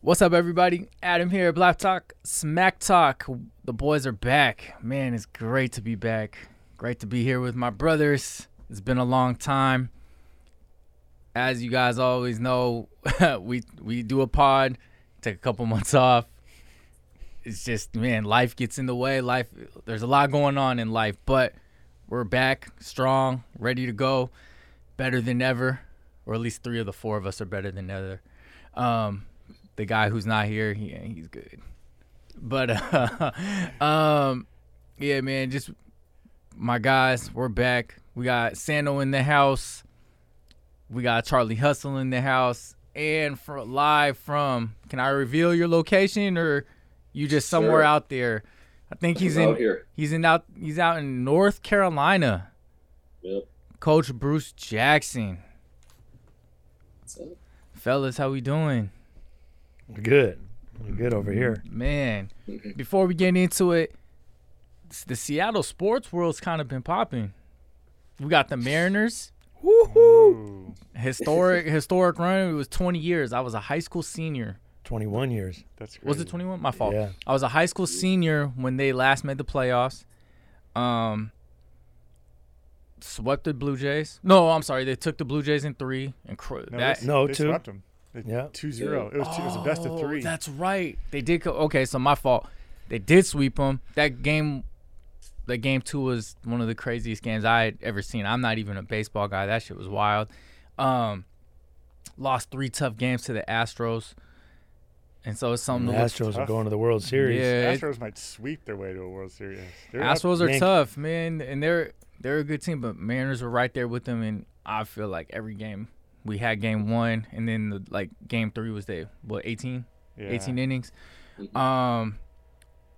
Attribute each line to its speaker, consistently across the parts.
Speaker 1: What's up, everybody? Adam here, Black Talk, Smack Talk. The boys are back. Man, it's great to be back. Great to be here with my brothers. It's been a long time. As you guys always know, we we do a pod, take a couple months off. It's just man, life gets in the way. Life, there's a lot going on in life, but we're back, strong, ready to go, better than ever, or at least three of the four of us are better than ever. Um, the guy who's not here, he, he's good. But uh, um, yeah, man, just my guys, we're back. We got Sando in the house. We got Charlie Hustle in the house, and for live from. Can I reveal your location, or you just somewhere
Speaker 2: Sure.
Speaker 1: out there? I think he's in.
Speaker 2: out here.
Speaker 1: He's in out. He's out in North Carolina.
Speaker 2: Yep.
Speaker 1: Coach Bruce Jackson,
Speaker 2: So,
Speaker 1: fellas, how we doing?
Speaker 3: We're good. We're good over here.
Speaker 1: Man, before we get into it, s- the Seattle sports world's kind of been popping. We got the Mariners.
Speaker 3: Woohoo!
Speaker 1: Historic historic run. It was 20 years. I was a high school senior.
Speaker 3: 21 years.
Speaker 4: That's crazy.
Speaker 1: Was it 21? My fault.
Speaker 3: Yeah.
Speaker 1: I was a high school senior when they last made the playoffs. Um, swept the Blue Jays. No, I'm sorry. They took the Blue Jays in three. And cr-
Speaker 4: No,
Speaker 1: that,
Speaker 4: they,
Speaker 3: no,
Speaker 4: they
Speaker 3: two.
Speaker 4: Swept them. They,
Speaker 3: Yeah.
Speaker 4: Two zero. It was, two, it was a best of
Speaker 1: Oh,
Speaker 4: three.
Speaker 1: That's right. They did. Co- okay, so my fault. They did sweep them. That game, that game two was one of the craziest games I had ever seen. I'm not even a baseball guy. That shit was wild. Um, lost three tough games to the Astros, and so it's
Speaker 3: The
Speaker 1: something. to look-
Speaker 3: Astros are
Speaker 4: tough.
Speaker 3: going to the World Series.
Speaker 1: Yeah, it-
Speaker 4: Astros might sweep their way to a World Series. They're up-
Speaker 1: Astros are
Speaker 3: Yank-
Speaker 1: tough, man, and they're they're a good team, but Mariners were right there with them, and I feel like every game we had game one, and then the, like game three was the what 18,
Speaker 4: yeah.
Speaker 1: 18 innings.
Speaker 4: Mm-hmm.
Speaker 1: Um,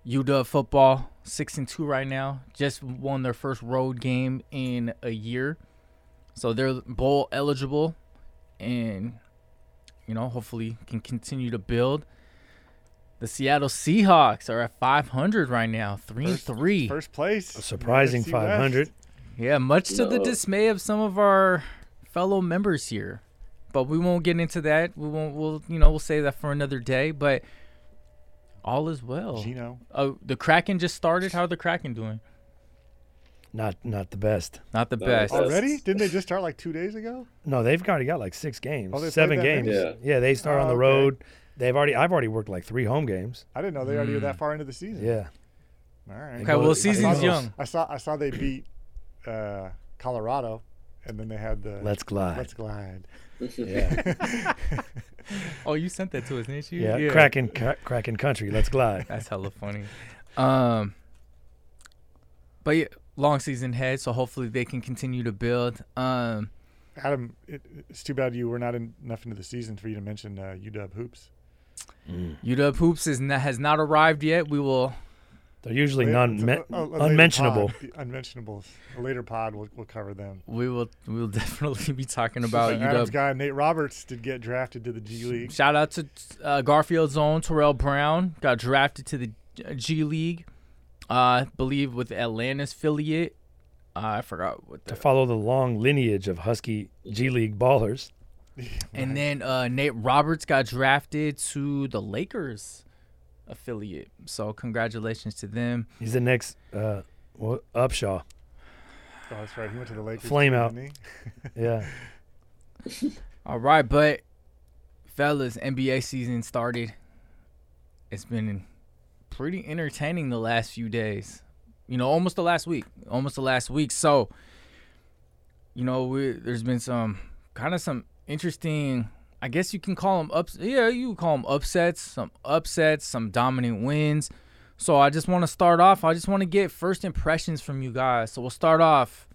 Speaker 1: UW football six and two right now. Just won their first road game in a year, so they're bowl eligible, and you know hopefully can continue to build. The Seattle Seahawks are at 500 right now, three
Speaker 4: First-
Speaker 1: and three.
Speaker 4: First place.
Speaker 3: A surprising
Speaker 4: NFC West.
Speaker 3: 500.
Speaker 1: Yeah, much to the
Speaker 2: No.
Speaker 1: dismay of some of our fellow members here. But we won't get into that. We won't we'll you know, we'll save that for another day, but all is well.
Speaker 4: Gino.
Speaker 1: Oh, the Kraken just started. How are the Kraken doing?
Speaker 3: Not not the best.
Speaker 1: Not the
Speaker 2: No,
Speaker 1: best.
Speaker 2: Yes.
Speaker 4: Already? Didn't they just start like two days ago?
Speaker 3: No, they've already got like six games,
Speaker 4: Oh, they played
Speaker 3: seven
Speaker 4: that
Speaker 3: games.
Speaker 4: many?
Speaker 2: Yeah.
Speaker 3: they start
Speaker 4: Oh,
Speaker 3: on the
Speaker 4: okay.
Speaker 3: road. They've already. I've already worked like three home games.
Speaker 4: I didn't know they already were that far into the season.
Speaker 3: Mm. Yeah.
Speaker 4: All right.
Speaker 1: Okay,
Speaker 3: go
Speaker 1: well,
Speaker 3: to-
Speaker 4: I
Speaker 1: season's
Speaker 4: saw-
Speaker 1: young.
Speaker 4: I saw. I saw they beat uh, Colorado, and then they had the
Speaker 3: Let's glide.
Speaker 4: Let's glide.
Speaker 3: yeah.
Speaker 1: Oh, you sent that to us, didn't you?
Speaker 3: yeah. Cracking cra- cracking country. Let's glide.
Speaker 1: That's hella funny. Um, but yeah, long season ahead, so hopefully they can continue to build. Um,
Speaker 4: Adam, it, it's too bad you were not in, enough into the season for you to mention uh, UW hoops.
Speaker 1: UW Hoops is not, has not arrived yet. We will
Speaker 3: They're usually
Speaker 4: Wait,
Speaker 3: non
Speaker 4: it's a-
Speaker 3: me-
Speaker 4: oh, a- a later
Speaker 3: unmentionable.
Speaker 4: pod. The Unmentionables. A later pod will will cover them.
Speaker 1: we will we will definitely be talking
Speaker 4: But
Speaker 1: about UW
Speaker 4: Adam's guy Nate Roberts did get drafted to the G League.
Speaker 1: Shout out to uh, Garfield's own Terrell Brown. Got drafted to the G League, uh, I believe with Atlanta's affiliate. Uh, I forgot what
Speaker 3: To
Speaker 1: the.
Speaker 3: follow the long lineage of Husky G League ballers.
Speaker 1: And then uh, Nate Roberts got drafted to the Lakers affiliate. So congratulations to them.
Speaker 3: He's the next uh, wha- Upshaw.
Speaker 4: Oh, that's right. He went to the Lakers.
Speaker 3: Flame
Speaker 4: too,
Speaker 3: out.
Speaker 4: didn't
Speaker 3: Yeah.
Speaker 1: All right, but fellas, NBA season started. It's been pretty entertaining the last few days. You know, almost the last week, almost the last week. So, you know, we, there's been some kind of some interesting. I guess you can call them ups. Yeah, you call them upsets. Some upsets, some dominant wins. So I just want to start off. I just want to get first impressions from you guys. So we'll start off,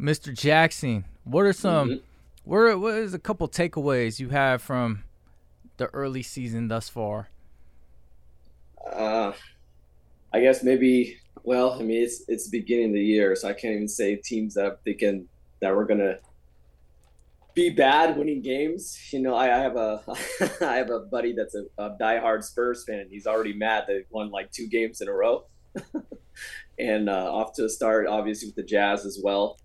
Speaker 1: Mr. Jackson. What are some where what is a couple takeaways you have from the early season thus far?
Speaker 2: Uh, I guess maybe. Well, I mean, it's it's the beginning of the year, so I can't even say teams that I'm thinking that we're gonna be bad winning games. You know, I, I have a I have a buddy that's a, a diehard Spurs fan, and he's already mad they won like two games in a row, and uh, off to a start, obviously with the Jazz as well,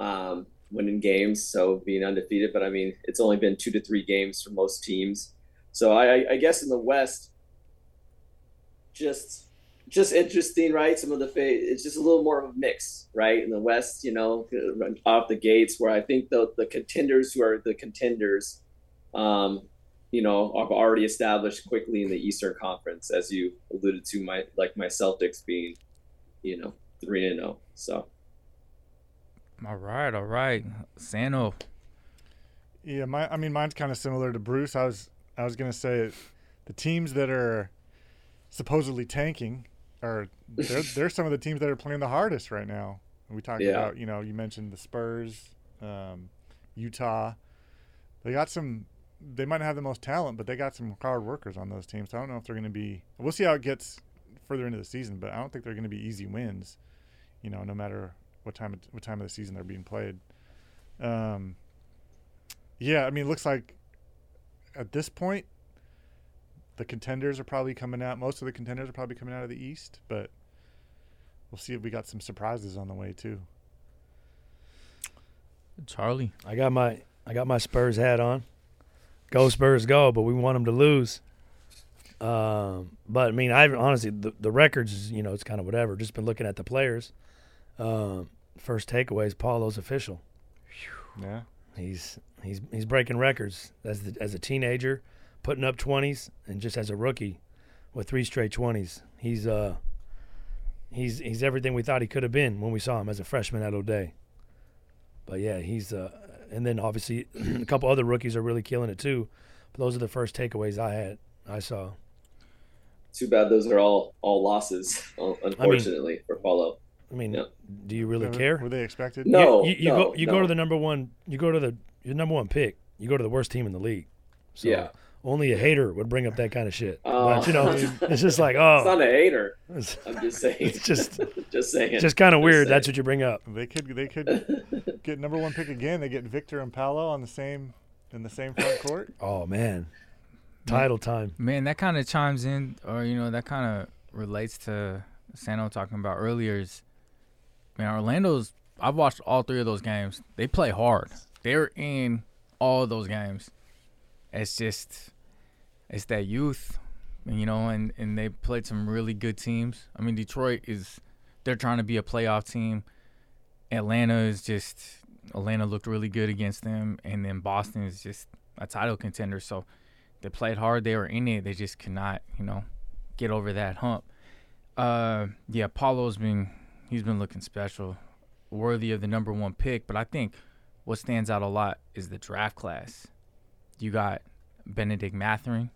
Speaker 2: um, winning games, so being undefeated. But I mean, it's only been two to three games for most teams. So I, I- I guess in the West, just just interesting, right? Some of the fa- it's just a little more of a mix, right? In the West, you know, off the gates, where I think the the contenders who are the contenders, um, you know, are already established quickly in the Eastern Conference, as you alluded to, my like my Celtics being, you know, three and zero. So
Speaker 1: All right, all right. Sano.
Speaker 4: Yeah, my I mean mine's kind of similar to Bruce. I was I was gonna say the teams that are supposedly tanking are they're, they're some of the teams that are playing the hardest right now. We talked
Speaker 2: Yeah.
Speaker 4: about you know you mentioned the Spurs, um, Utah. They got some. They might not have the most talent, but they got some hard workers on those teams. I don't know if they're going to be. We'll see how it gets further into the season, but I don't think they're going to be easy wins. You know, no matter what time of, what time of the season they're being played. Um, yeah, I mean, it looks like at this point, the contenders are probably coming out. Most of the contenders are probably coming out of the East, but we'll see if we got some surprises on the way too.
Speaker 1: Charlie.
Speaker 3: I got my I got my Spurs hat on. Go Spurs, go! But we want them to lose. Um, but I mean, I honestly the, the records, you know, it's kind of whatever. Just been looking at the players. Um, first takeaway is Paulo's official.
Speaker 4: Yeah,
Speaker 3: He's he's he's breaking records as the, as a teenager, putting up twenties, and just as a rookie, with three straight twenties. He's uh he's he's everything we thought he could have been when we saw him as a freshman at O'Day. But yeah, he's uh and then obviously a couple other rookies are really killing it too. But those are the first takeaways I had. I saw.
Speaker 2: too bad those are all all losses, unfortunately for Paulo.
Speaker 3: I mean,
Speaker 2: Yeah.
Speaker 3: do you really
Speaker 4: Were-
Speaker 3: care?
Speaker 4: Were they expected?
Speaker 3: Yeah,
Speaker 2: No,
Speaker 3: you, you
Speaker 2: no,
Speaker 3: go. You
Speaker 2: no.
Speaker 3: go to the number one. You go to the your number one pick. You go to the worst team in the league. So
Speaker 2: Yeah.
Speaker 3: Only a hater would bring up that kind of shit.
Speaker 2: Oh.
Speaker 3: but you know, it's just like
Speaker 2: It's
Speaker 3: oh,
Speaker 2: not a hater.
Speaker 3: it's,
Speaker 2: I'm just saying.
Speaker 3: it's just
Speaker 2: just saying.
Speaker 3: just kind of weird.
Speaker 2: saying.
Speaker 3: That's what you bring up.
Speaker 4: They could they could get number one pick again. They get Victor and Paolo on the same in the same front court.
Speaker 3: Oh man, title time.
Speaker 1: Man, that kind of chimes in, or you know, that kind of relates to Sano talking about earlier. Is man, Orlando's. I've watched all three of those games. They play hard. They're in all those games. It's just, it's that youth, and, you know, and and they played some really good teams. I mean, Detroit is, they're trying to be a playoff team. Atlanta is just, Atlanta looked really good against them, and then Boston is just a title contender. So they played hard. They were in it. They just could not, you know, get over that hump. Uh, yeah, Paulo's been he's been looking special, worthy of the number one pick. But I think what stands out a lot is the draft class. You got Benedict Matherin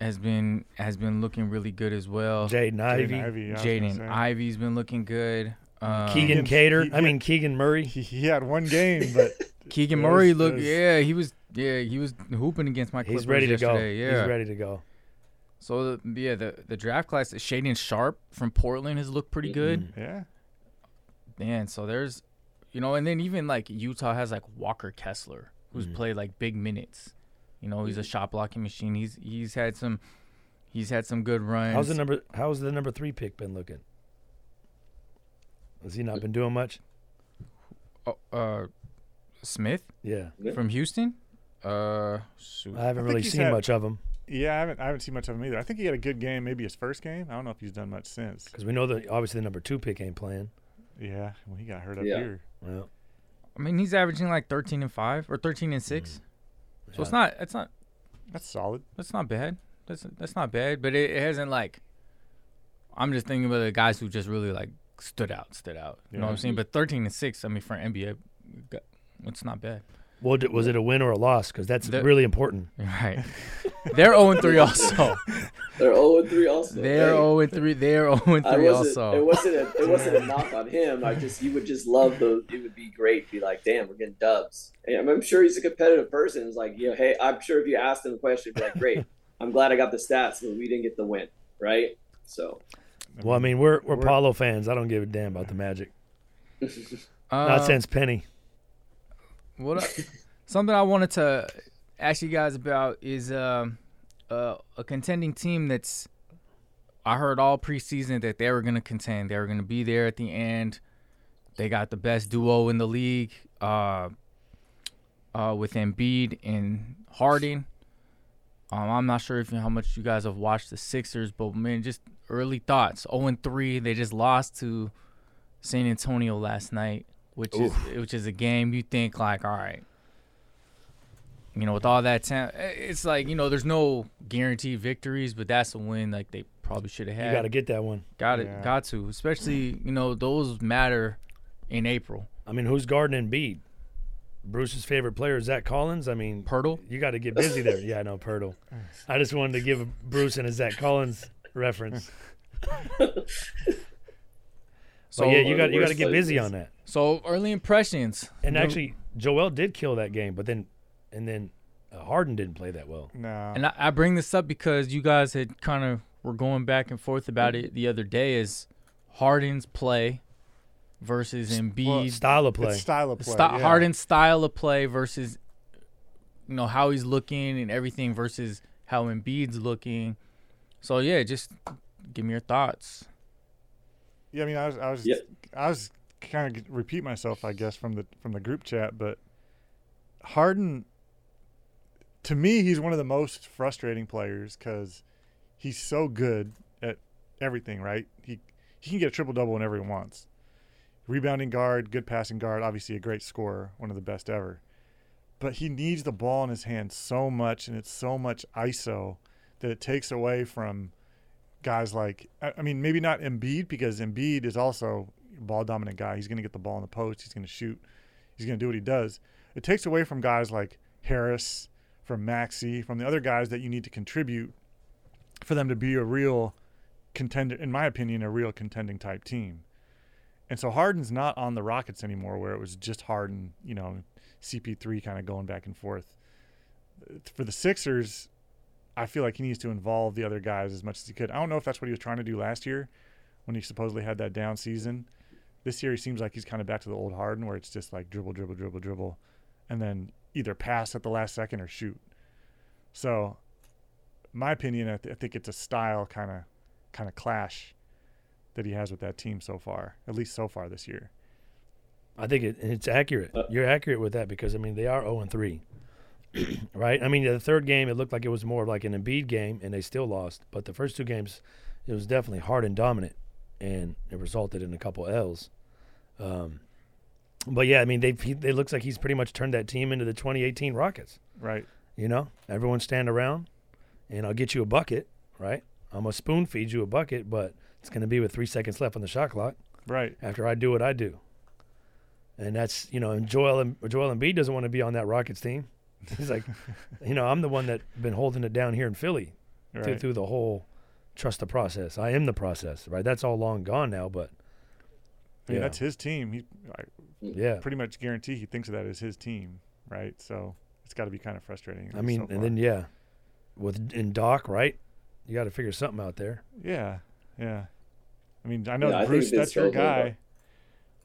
Speaker 1: has been has been looking really good as well.
Speaker 3: Jaden
Speaker 4: Jaden
Speaker 3: Ivey,
Speaker 4: Ivey, I was gonna
Speaker 1: Jaden
Speaker 4: say.
Speaker 1: Ivy's been looking good. Um,
Speaker 3: Keegan
Speaker 4: Keegan-
Speaker 3: Cater.
Speaker 4: he-
Speaker 3: I mean Keegan Murray.
Speaker 4: He, he had one game, but
Speaker 1: Keegan
Speaker 4: It
Speaker 1: Murray
Speaker 4: was- it
Speaker 1: looked
Speaker 4: was-
Speaker 1: yeah he was yeah he was hooping against my Clippers
Speaker 3: He's ready to go.
Speaker 1: yesterday. Yeah,
Speaker 3: He's ready to go.
Speaker 1: So the- yeah, the the draft class, Shaden Sharp from Portland has looked pretty good.
Speaker 4: yeah,
Speaker 3: Mm-hmm.
Speaker 1: Man, so there's, you know, and then even like Utah has like Walker Kessler,
Speaker 3: Mm-hmm.
Speaker 1: who's played like big minutes. You know, he's a shot blocking machine. He's he's had some, he's had some good runs.
Speaker 3: How's the number? How's the number three pick been looking? Has he not been doing much?
Speaker 1: Oh, uh, Smith
Speaker 3: Yeah,
Speaker 2: Yeah.
Speaker 1: from Houston? Uh, shoot.
Speaker 3: I haven't
Speaker 4: think
Speaker 3: really
Speaker 4: he's
Speaker 3: seen
Speaker 4: had-
Speaker 3: much of him.
Speaker 4: yeah. I haven't I haven't seen much of him either. I think he had a good game, maybe his first game. I don't know if he's done much since.
Speaker 3: Because we know that obviously the number two pick ain't playing.
Speaker 4: Yeah, when he got hurt up
Speaker 2: Yeah.
Speaker 4: here.
Speaker 3: Well,
Speaker 1: I mean, he's averaging like thirteen and five or thirteen and six. So it's
Speaker 3: Yeah.
Speaker 1: not it's not
Speaker 4: That's solid.
Speaker 1: That's not bad. That's that's not bad, but it, it hasn't like. I'm just thinking about the guys who just really like stood out, stood out. You know what I'm
Speaker 4: Yeah.
Speaker 1: saying? But 13 and six, I mean, for an NBA, gu- it's not bad.
Speaker 3: well, d- was it a win or a loss? Because that's
Speaker 1: The-
Speaker 3: really important.
Speaker 1: Right? They're 0 and three also.
Speaker 2: They're 0 and 3 also.
Speaker 1: They're
Speaker 2: Hey,
Speaker 1: 0 and three. They're 0 and
Speaker 2: I
Speaker 1: three
Speaker 2: wasn't,
Speaker 1: also.
Speaker 2: It wasn't a it wasn't a knock on him. I just you would just love the it would be great to be like, damn, we're getting dubs. And I'm, I'm sure he's a competitive person. It's like, you know, hey, I'm sure if you asked him a question, he'd be like, Great, I'm glad I got the stats, but we didn't get the win, right? So
Speaker 3: Well, I mean, we're we're,
Speaker 4: We're-
Speaker 3: Paulo fans. I don't give a damn about the Magic.
Speaker 1: Uh,
Speaker 3: Not since Penny.
Speaker 1: What I- something I wanted to ask you guys about is um, uh, a contending team that's. I heard all preseason that they were going to contend. They were going to be there at the end. They got the best duo in the league uh, uh, with Embiid and Harden. Um, I'm not sure if you, how much you guys have watched the Sixers, but man, just early thoughts. 0 and 3, they just lost to San Antonio last night, which is which is a game you think like, all right, you know, with all that time, it's like you know, there's no guaranteed victories, but that's a win like they probably should have had.
Speaker 3: You got to get that one.
Speaker 1: got it,
Speaker 4: Yeah.
Speaker 1: got to, especially you know those matter in April.
Speaker 3: I mean, who's guarding Embiid? Bruce's favorite player is Zach Collins. I mean,
Speaker 1: Pirtle?
Speaker 3: You got to get busy there. Yeah, I know Pirtle. I just wanted to give Bruce and a Zach Collins reference.
Speaker 1: So
Speaker 3: So yeah,
Speaker 2: one
Speaker 3: you
Speaker 2: of
Speaker 3: got
Speaker 2: the
Speaker 3: you got to
Speaker 2: worst
Speaker 3: get busy
Speaker 2: places.
Speaker 3: on that.
Speaker 1: so early impressions.
Speaker 3: And
Speaker 1: No-
Speaker 3: actually, Joel did kill that game, but then and then uh, Harden didn't play that well.
Speaker 4: No.
Speaker 1: and I, I bring this up because you guys had kind of were going back and forth about it the other day. Is Harden's play versus Embiid
Speaker 3: Style of play.
Speaker 4: It's style of play.
Speaker 1: Sti-
Speaker 4: yeah.
Speaker 1: Harden's style of play versus you know how he's looking and everything versus how Embiid's looking. So yeah, just give me your thoughts.
Speaker 4: Yeah, I mean, I was, I was,
Speaker 2: Yeah.
Speaker 4: I was kind of repeat myself, I guess, from the from the group chat, but Harden, to me, he's one of the most frustrating players because he's so good at everything. Right? He he can get a triple double whenever he wants. Rebounding guard, good passing guard, obviously a great scorer, one of the best ever. But he needs the ball in his hand so much, and it's so much ISO that it takes away from guys like I I mean maybe not Embiid because Embiid is also a ball dominant guy. He's going to get the ball in the post. He's going to shoot. He's going to do what he does. It takes away from guys like Harris, from Maxi, from the other guys that you need to contribute for them to be a real contender. In my opinion, a real contending type team. And so Harden's not on the Rockets anymore, where it was just Harden, you know, CP3 kind of going back and forth. For the Sixers, I feel like he needs to involve the other guys as much as he could. I don't know if that's what he was trying to do last year when he supposedly had that down season. This year, he seems like he's kind of back to the old Harden where it's just like dribble, dribble, dribble, dribble, and then either pass at the last second or shoot. So, my opinion, I, th- I think it's a style kind of kind of clash that he has with that team so far, at least so far this year.
Speaker 3: I think it, it's accurate. You're accurate with that because I mean they are 0 and 3. right? I mean the third game it looked like it was more of like an Embiid game and they still lost, but the first two games it was definitely hard and dominant and it resulted in a couple L's. Um but yeah, I mean they they looks like he's pretty much turned that team into the 2018 Rockets,
Speaker 4: Right.
Speaker 3: you know? Everyone stand around and I'll get you a bucket, right? I'm going to spoon feed you a bucket, but it's going to be with 3 seconds left on the shot clock
Speaker 4: Right.
Speaker 3: after I do what I do. And that's you know, and Joel and Joel Embiid doesn't want to be on that Rockets team. He's like, you know, I'm the one that been holding it down here in Philly through,
Speaker 4: Right.
Speaker 3: through the whole trust the process. I am the process, right? That's all long gone now, but
Speaker 4: I mean,
Speaker 3: yeah.
Speaker 4: that's his team. He, I
Speaker 3: yeah.
Speaker 4: pretty much guarantee he thinks of that as his team. Right. So, it's got to be kind of frustrating. at
Speaker 3: I
Speaker 4: least
Speaker 3: mean,
Speaker 4: so
Speaker 3: and
Speaker 4: far.
Speaker 3: then yeah, with in Doc, right? You got to figure something out there.
Speaker 4: Yeah, yeah. I mean, I know
Speaker 2: Yeah, I think
Speaker 4: Bruce.
Speaker 2: it did
Speaker 4: That's your
Speaker 2: struggle,
Speaker 4: guy.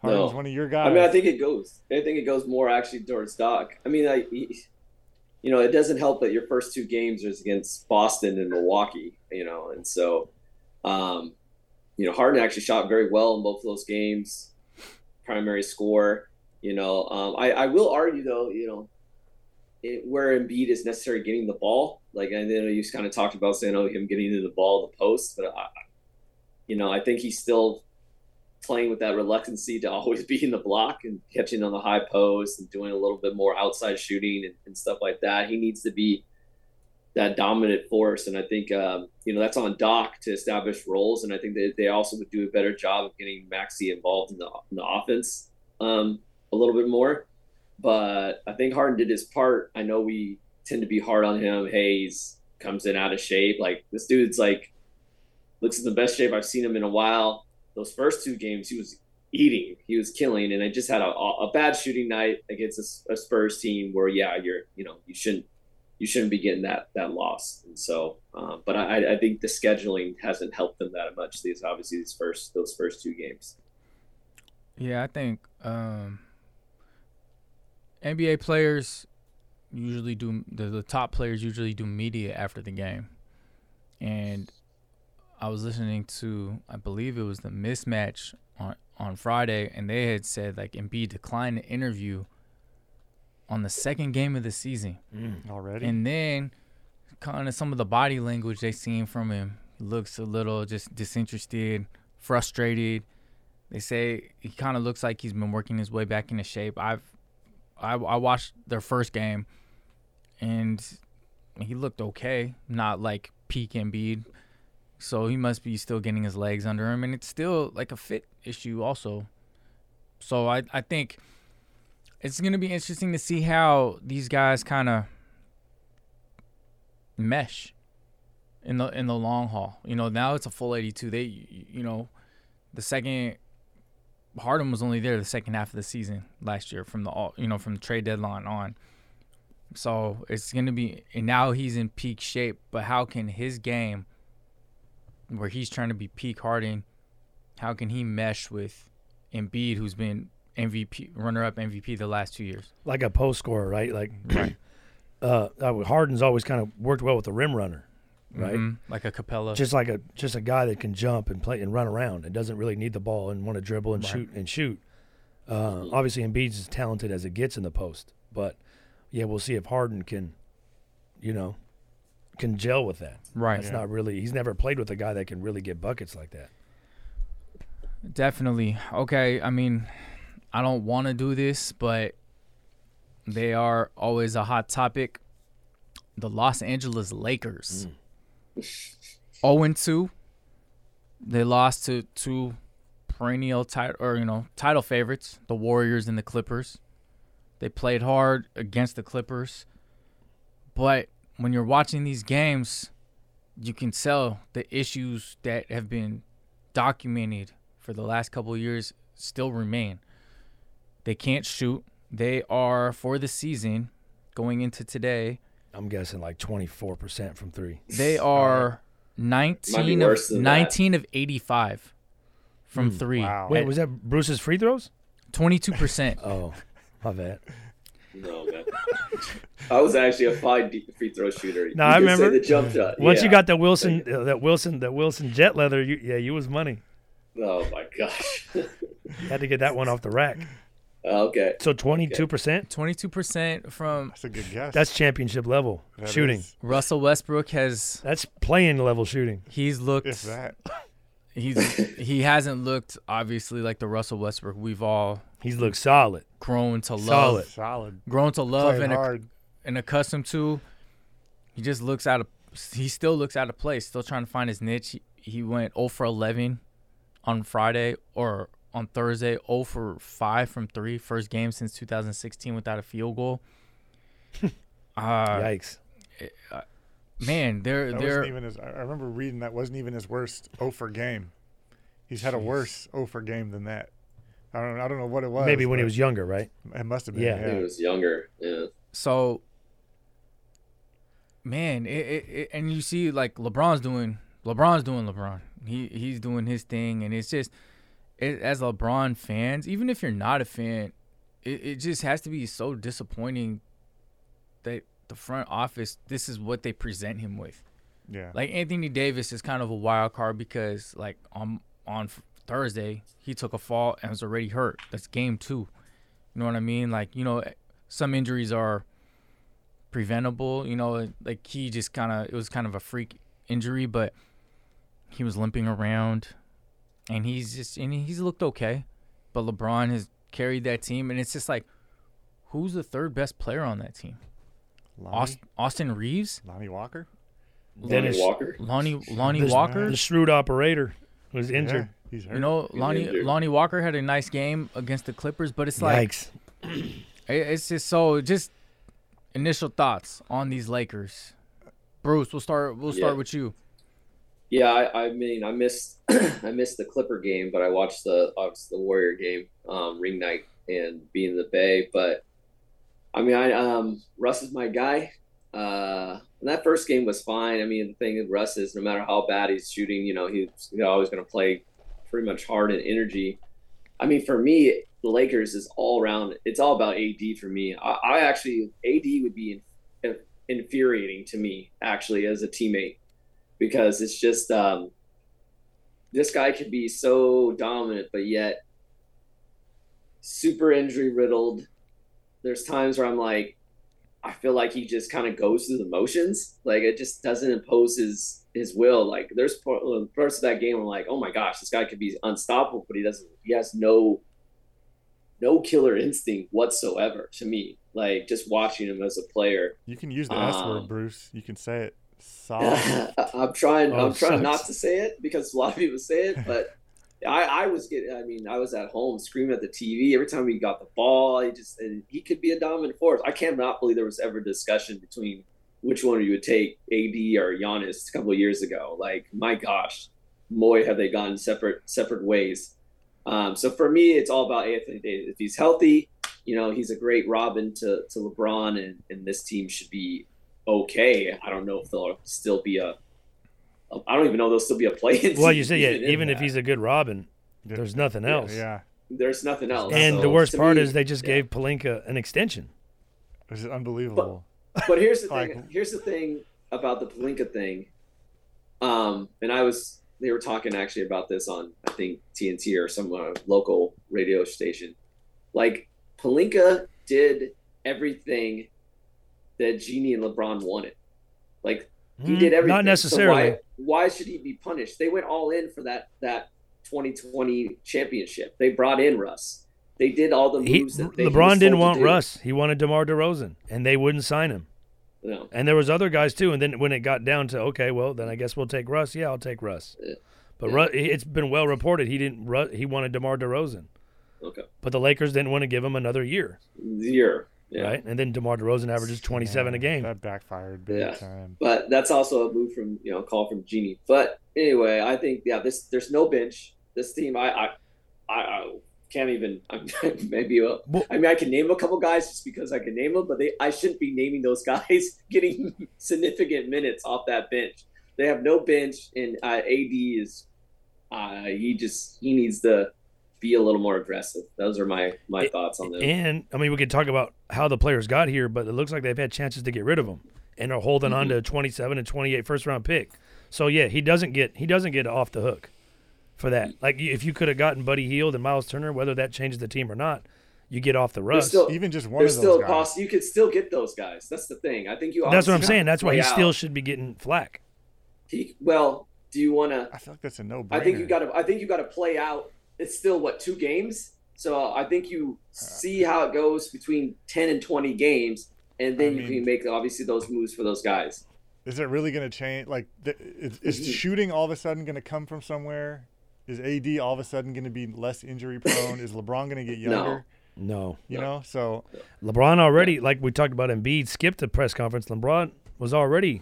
Speaker 4: Harden's
Speaker 2: No.
Speaker 4: one of your guys.
Speaker 2: I mean, I think it goes. I think it goes more actually towards Doc. I mean, I, you know, it doesn't help that your first two games was against Boston and Milwaukee. You know, and so, um, you know, Harden actually shot very well in both of those games. Primary score. You know, um, I, I will argue though. You know, it, where Embiid is necessarily getting the ball. Like I know you kind of talked about saying, oh, him getting to the ball, in the post, but I, you know, I think he's still playing with that reluctancy to always be in the block and catching on the high post and doing a little bit more outside shooting and, and stuff like that. He needs to be that dominant force, and I think um, you know that's on Doc to establish roles, and I think that they also would do a better job of getting Maxi involved in the, in the offense um, a little bit more but I think Harden did his part. I know we tend to be hard on him. Hayes comes in out of shape. Like this dude's like looks in the best shape I've seen him in a while. Those first two games, he was eating, he was killing, and I just had a, a bad shooting night against a S- a, Spurs team where yeah, you're you know you shouldn't you shouldn't be getting that that loss. And so, um, but I, I think the scheduling hasn't helped them that much. These obviously these first those first two games.
Speaker 1: Yeah, I think um, NBA players usually do the, the top players usually do media after the game, and I was listening to I believe it was the mismatch on on Friday, and they had said like Embiid declined the
Speaker 4: Mm.
Speaker 1: interview on the second game of the season,
Speaker 4: already.
Speaker 1: and then kind of some of the body language they seen from him. He looks a little just disinterested, frustrated. They say he kind of looks like he's been working his way back into shape. I've I, I watched their first game, and he looked okay, not like peak Embiid. So he must be still getting his legs under him, and it's still like a fit issue also. So I I think it's gonna be interesting to see how these guys kind of mesh in the in the long haul. You know, now it's a full 82. They you know, the second Harden was only there the second half of the season last year from the all, you know, from the trade deadline on. So, it's going to be and now he's in peak shape, but how can his game where he's trying to be peak Harden, how can he mesh with Embiid who's been MVP runner-up MVP the last 2 years?
Speaker 3: like a post scorer, right? Like, uh, I would- Harden's always kind of worked well with the rim runner, right?
Speaker 1: Mhm. Like a Capella.
Speaker 3: Just like a just a guy that can jump and play and run around and doesn't really need the ball and want to dribble and
Speaker 1: Right.
Speaker 3: shoot and shoot. Uh, obviously, Embiid's as talented as it gets in the post, but yeah, we'll see if Harden can, you know, can gel with that.
Speaker 1: right.
Speaker 3: That's not really he's never played with a guy that can really get buckets like that.
Speaker 1: Definitely. Okay, I mean, I don't want to do this, but they are always a hot topic. The Los Angeles Lakers. 0 2. They lost to two perennial title or you know, title favorites, the Warriors and the Clippers. They played hard against the Clippers. But when you're watching these games, you can tell the issues that have been documented for the last couple of years still remain. They can't shoot. They are for the season going into today.
Speaker 3: I'm guessing like 24 percent from three.
Speaker 1: They are 19 of
Speaker 2: worse than that.
Speaker 1: 19 of 85 from 3.
Speaker 4: Hmm, Wow.
Speaker 3: Wait, was that Bruce's free throws?
Speaker 1: 22%.
Speaker 3: Oh, my bad.
Speaker 2: No, man. I was actually a fine de- free throw shooter. You
Speaker 3: No, I
Speaker 2: can say
Speaker 3: remember.
Speaker 2: the jump shot.
Speaker 3: Once
Speaker 2: yeah.
Speaker 3: you got that Wilson, uh, that Wilson, that Wilson jet leather, you, yeah, you was money.
Speaker 2: Oh my gosh.
Speaker 3: Had to get that one off the rack.
Speaker 2: okay.
Speaker 3: So twenty two percent.
Speaker 1: 22% from
Speaker 4: That's a good guess.
Speaker 3: That's championship level
Speaker 4: That
Speaker 3: shooting.
Speaker 4: is,
Speaker 1: Russell Westbrook has
Speaker 3: That's playing level shooting.
Speaker 1: he's
Speaker 4: If
Speaker 1: looked
Speaker 4: that.
Speaker 1: he's he hasn't looked obviously like the Russell Westbrook we've all
Speaker 3: He's looked solid.
Speaker 1: grown to love
Speaker 3: Solid.
Speaker 4: Solid.
Speaker 1: grown to love
Speaker 4: Playing
Speaker 1: and a,
Speaker 4: hard.
Speaker 1: and accustomed to. He just looks out of he still looks out of place, still trying to find his niche. He, he went 0 for 11 on Friday or on Thursday, 0 for 5 from 3, first game since 2016 without a field goal. uh,
Speaker 3: Yikes.
Speaker 1: man, they're
Speaker 4: That
Speaker 1: they're
Speaker 4: wasn't even his, I I remember reading that wasn't even his worst over game. He's had a worse over game than that. I don't. I don't know what it was.
Speaker 3: Maybe when he
Speaker 4: but
Speaker 3: was younger, right?
Speaker 4: It must have been.
Speaker 3: Yeah.
Speaker 4: Yeah.
Speaker 2: I think it was younger. Yeah.
Speaker 1: so man, it, it, it and you see like LeBron's doing LeBron's doing LeBron. He he's doing his thing and it's just it, as LeBron fans, even if you're not a fan, it, it just has to be so disappointing that the front office this is what they present him with.
Speaker 4: Yeah.
Speaker 1: Like Anthony Davis is kind of a wild card because like on on Thursday he took a fall and was already hurt. That's game two. You know what I mean? Like you know, eh, some injuries are preventable. You know, like he just kind of it was kind of a freak injury, but he was limping around, and he's just and he's looked okay. But LeBron has carried that team, and it's just like, who's the third best player on that team?
Speaker 4: Lonnie,
Speaker 1: Aust- Austin Reeves,
Speaker 4: Lonnie Walker.
Speaker 2: Lonnie
Speaker 3: Dennis-
Speaker 2: Walker.
Speaker 1: Lonnie Lonnie
Speaker 3: This-
Speaker 1: Walker.
Speaker 3: The shrewd operator who's injured.
Speaker 4: Yeah, he's hurt.
Speaker 1: You know, Lonnie
Speaker 2: injured.
Speaker 1: Lonnie Walker had a nice game against the Clippers, but it's like
Speaker 3: Yikes.
Speaker 1: it- it's just so just initial thoughts on these Lakers. Bruce, we'll start we'll start
Speaker 2: Yeah.
Speaker 1: with you.
Speaker 2: Yeah, I, I mean, I missed I missed the Clipper game, but I watched the obviously the Warrior game, um, ring night, and being in the Bay. But I mean, I um, Russ is my guy. Uh, and that first game was fine. I mean, the thing with Russ is, no matter how bad he's shooting, you know, he's, he's always going to play pretty much hard and energy. I mean, for me, the Lakers is all around. It's all about AD for me. I, I actually AD would be in, infuriating to me actually as a teammate because it's just um, this guy could be so dominant, but yet super injury riddled. There's times where I'm like, I feel like he just kind of goes through the motions. Like it just doesn't impose his his will. Like there's par- uh, parts of that game I'm like, oh my gosh, this guy could be unstoppable, but he doesn't. He has no no killer instinct whatsoever to me. Like just watching him as a player,
Speaker 4: You can use the S
Speaker 2: Um,
Speaker 4: word, Bruce. You can say it. Soft.
Speaker 2: I'm trying.
Speaker 3: Oh,
Speaker 2: I'm trying
Speaker 3: sucks.
Speaker 2: not to say it because a lot of people say it, but I, I was getting. I mean, I was at home screaming at the TV every time he got the ball. He just and he could be a dominant force. I cannot believe there was ever a discussion between which one you would take, AD or Giannis, a couple of years ago. Like, my gosh, boy, have they gone separate separate ways. Um, so for me, it's all about Anthony Davis. If he's healthy, you know, he's a great Robin to, to LeBron, and, and this team should be okay. I don't know if they'll still be a. I don't even know if they'll still be a play.
Speaker 3: Well, you say yeah, even if he's a good Robin, there's nothing else.
Speaker 4: Yeah.
Speaker 2: there's nothing else.
Speaker 3: And
Speaker 2: So
Speaker 3: the worst
Speaker 2: to
Speaker 3: part
Speaker 2: me-
Speaker 3: is they just
Speaker 2: yeah.
Speaker 3: gave Palinka an extension.
Speaker 4: This is unbelievable.
Speaker 2: But here's the
Speaker 4: Like-
Speaker 2: thing. Here's the thing about the Palinka thing. Um, and I was they were talking actually about this on I think TNT or some uh, local radio station. Like Palinka did everything that Genie and LeBron wanted. Like he
Speaker 3: Mm,
Speaker 2: did everything.
Speaker 3: Not necessarily.
Speaker 2: So why, why should he be punished? They went all in for that that 2020 championship. They brought in Russ. They did all the
Speaker 3: he,
Speaker 2: moves that they he was
Speaker 3: LeBron didn't
Speaker 2: told to
Speaker 3: want
Speaker 2: do.
Speaker 3: Russ. He wanted DeMar DeRozan, and they wouldn't sign him.
Speaker 2: No.
Speaker 3: And there was other guys too. And then when it got down to okay, well then I guess we'll take Russ. Yeah, I'll take Russ.
Speaker 2: Yeah.
Speaker 3: But
Speaker 2: Yeah.
Speaker 3: Ru it's been well reported he didn't. Ru- he wanted DeMar DeRozan,
Speaker 2: Okay.
Speaker 3: but the Lakers didn't want to give him another year,
Speaker 2: Year. Yeah.
Speaker 3: right? And then DeMar DeRozan averages 27 a
Speaker 4: Yeah,
Speaker 3: game.
Speaker 4: That backfired big
Speaker 2: Yeah.
Speaker 4: time.
Speaker 2: but that's also a move from you know call from Genie. But anyway, I think yeah, this there's no bench. This team, I I I, I can't even. I'm maybe uh,
Speaker 3: Well-
Speaker 2: I mean I can name a couple guys just because I can name them, but they I shouldn't be naming those guys getting significant minutes off that bench. They have no bench, and uh, AD is uh, he just he needs to be a little more aggressive. Those are my my
Speaker 3: It-
Speaker 2: thoughts on them.
Speaker 3: And I mean, we could talk about how the players got here, but it looks like they've had chances to get rid of him and are holding on
Speaker 2: Mm-hmm.
Speaker 3: to a 27 and 28 first round pick. So yeah, he doesn't get he doesn't get off the hook for that. Like you- if you could have gotten Buddy Heald and Miles Turner, whether that changes the team or not, you get off the rust.
Speaker 2: still-
Speaker 4: Even just one
Speaker 2: There's
Speaker 4: of those
Speaker 2: still
Speaker 4: guys.
Speaker 2: poss- You could still get those guys. That's the thing. I think you.
Speaker 3: That's what I'm
Speaker 2: obviously
Speaker 3: saying. That's why he
Speaker 2: play out.
Speaker 3: still should be getting flack.
Speaker 2: He, well, do you want to?
Speaker 4: I feel like that's a
Speaker 2: I
Speaker 4: no-brainer.
Speaker 2: think you got to. I think you got to play out. It's still what two games, so I think you
Speaker 4: Uh,
Speaker 2: see how it goes between ten and twenty games, and then
Speaker 4: I
Speaker 2: you
Speaker 4: mean-
Speaker 2: can make obviously those moves for those guys.
Speaker 4: Is it really going to change? Like, th- is, is shooting all of a sudden going to come from somewhere? Is AD all of a sudden going to be less injury prone? is LeBron going to get
Speaker 2: No.
Speaker 4: younger?
Speaker 3: No,
Speaker 4: You
Speaker 2: No.
Speaker 4: know, so
Speaker 3: LeBron already like we talked about. Embiid skipped a press conference. LeBron was already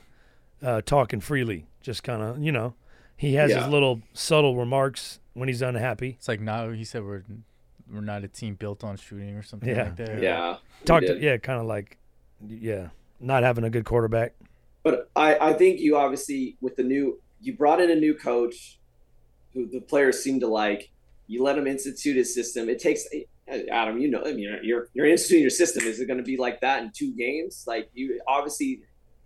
Speaker 3: uh, talking freely, just kind of you know. He has
Speaker 2: Yeah.
Speaker 3: his little subtle remarks when he's unhappy.
Speaker 1: It's like now he said we're we're not a team built on shooting or something
Speaker 3: Yeah.
Speaker 1: like that.
Speaker 4: Yeah.
Speaker 2: Yeah, we
Speaker 3: talked
Speaker 2: did.
Speaker 3: yeah kind of like yeah not having a good quarterback
Speaker 2: But I, I think you obviously with the new you brought in a new coach who the players seem to like. You let him institute his system. It takes Adam, you know, I mean, you're you're, you're instituting your system. Is it going to be like that in two games? Like you obviously,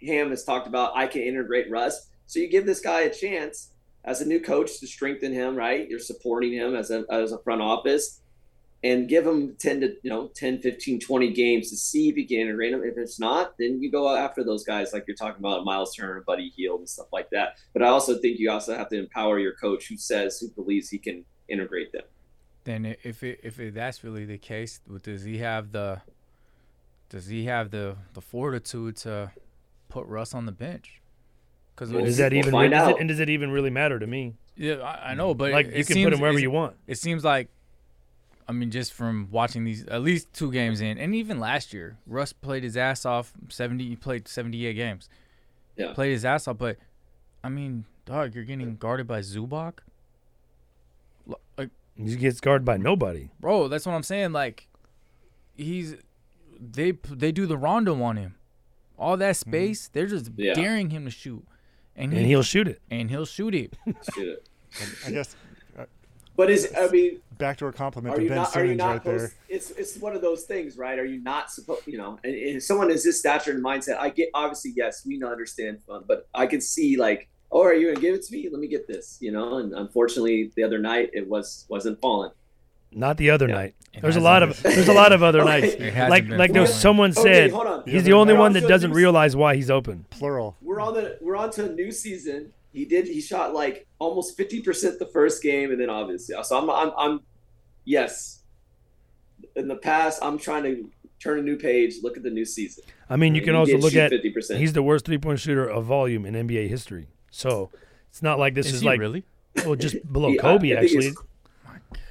Speaker 2: Ham has talked about. I can integrate Russ, so you give this guy a chance as a new coach to strengthen him. Right, you're supporting him as a as a front office. And give him 10 to, you know, 10, 15, 20 games to see if you can integrate him. If it's not, then you go after those guys like you're talking about Miles Turner, Buddy Heald, and stuff like that. But I also think you also have to empower your coach who says, who believes he can integrate them.
Speaker 1: Then i- if it, if it, that's really the case, w- does he have the does he have the the fortitude to put Russ on the bench? Because
Speaker 2: Well,
Speaker 3: is that
Speaker 2: we'll
Speaker 3: even
Speaker 2: find
Speaker 3: does it,
Speaker 2: out.
Speaker 3: and does it even really matter to me
Speaker 1: yeah, I, I know, but
Speaker 3: like
Speaker 1: it,
Speaker 3: you
Speaker 1: it
Speaker 3: can
Speaker 1: seems,
Speaker 3: put him wherever
Speaker 1: it's-
Speaker 3: you want
Speaker 1: It seems like, I mean, just from watching these at least two games in, and even last year, Russ played his ass off. Seventy, he played seventy-eight games.
Speaker 2: Yeah.
Speaker 1: played his ass off. But I mean, dog, you're getting guarded by Zubac. L- Like,
Speaker 3: he gets guarded by nobody
Speaker 1: bro, that's what I'm saying. Like, he's they they do the rondo on him. All that space, they're just
Speaker 2: Mm-hmm. Yeah.
Speaker 1: daring him to shoot, and,
Speaker 3: and
Speaker 1: he,
Speaker 3: he'll shoot it
Speaker 1: and he'll shoot it.
Speaker 2: Shoot it.
Speaker 4: I guess
Speaker 2: But is I mean,
Speaker 4: backdoor compliment
Speaker 2: are
Speaker 4: to
Speaker 2: you
Speaker 4: Ben
Speaker 2: not? Are you
Speaker 4: Simmons
Speaker 2: not?
Speaker 4: right there.
Speaker 2: post- it's it's one of those things, right? Are you not supposed? You know, and, and if someone is this stature and mindset, I get obviously yes, we know understand fun, but I can see like, oh, are you gonna give it to me? Let me get this, you know. And unfortunately, the other night it was wasn't falling.
Speaker 3: Not the other
Speaker 2: Yeah.
Speaker 3: night.
Speaker 1: It
Speaker 3: There's a
Speaker 1: hasn't
Speaker 3: lot
Speaker 1: been.
Speaker 3: of there's a lot of other
Speaker 2: Okay.
Speaker 3: nights.
Speaker 2: It
Speaker 1: hasn't
Speaker 3: Like
Speaker 1: been
Speaker 3: like
Speaker 1: for a
Speaker 3: there
Speaker 1: while.
Speaker 3: someone
Speaker 2: okay,
Speaker 3: said
Speaker 2: hold on.
Speaker 3: he's
Speaker 4: Yeah,
Speaker 3: the only
Speaker 2: we're
Speaker 3: one
Speaker 2: also
Speaker 3: that doesn't
Speaker 2: new-
Speaker 3: realize why he's open.
Speaker 4: Plural.
Speaker 2: We're on the we're on to a new season. He did. He shot like almost fifty percent the first game, and then obviously, so I'm I'm I'm yes. In the past, I'm trying to turn a new page, look at the new season.
Speaker 3: I mean, you can also look at
Speaker 2: fifty percent.
Speaker 3: he's the worst three point shooter of volume in NBA history. So it's not like this
Speaker 1: Is
Speaker 3: is,
Speaker 1: he
Speaker 3: like
Speaker 1: really?
Speaker 3: well just below
Speaker 2: Yeah, I
Speaker 3: Kobe
Speaker 2: think he's-
Speaker 3: actually.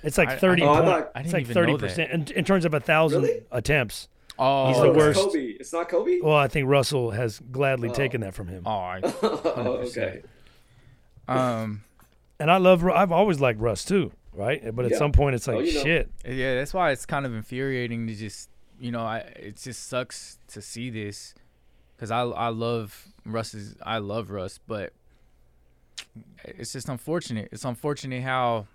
Speaker 3: It's
Speaker 1: I- I
Speaker 3: like thirty.
Speaker 1: didn't-
Speaker 2: Oh, I'm
Speaker 3: point-
Speaker 2: not-
Speaker 1: I didn't
Speaker 3: it's like
Speaker 1: even know
Speaker 3: thirty
Speaker 1: that.
Speaker 3: percent in, in terms of a thousand
Speaker 2: Really?
Speaker 3: attempts.
Speaker 1: Oh,
Speaker 3: He's the
Speaker 2: it's
Speaker 3: worst.
Speaker 2: Kobe. It's not Kobe.
Speaker 3: Well, I think Russell has gladly
Speaker 2: Oh.
Speaker 3: taken that from him.
Speaker 1: Oh, I-
Speaker 2: oh, okay.
Speaker 1: um,
Speaker 3: And I love. Ru- I've always liked Russ too, right? But at
Speaker 2: Yeah.
Speaker 3: some point, it's like
Speaker 2: Oh, you know.
Speaker 3: shit.
Speaker 1: yeah, that's why it's kind of infuriating to just you know, I it just sucks to see this because I I love Russ's I love Russ, but it's just unfortunate. It's unfortunate how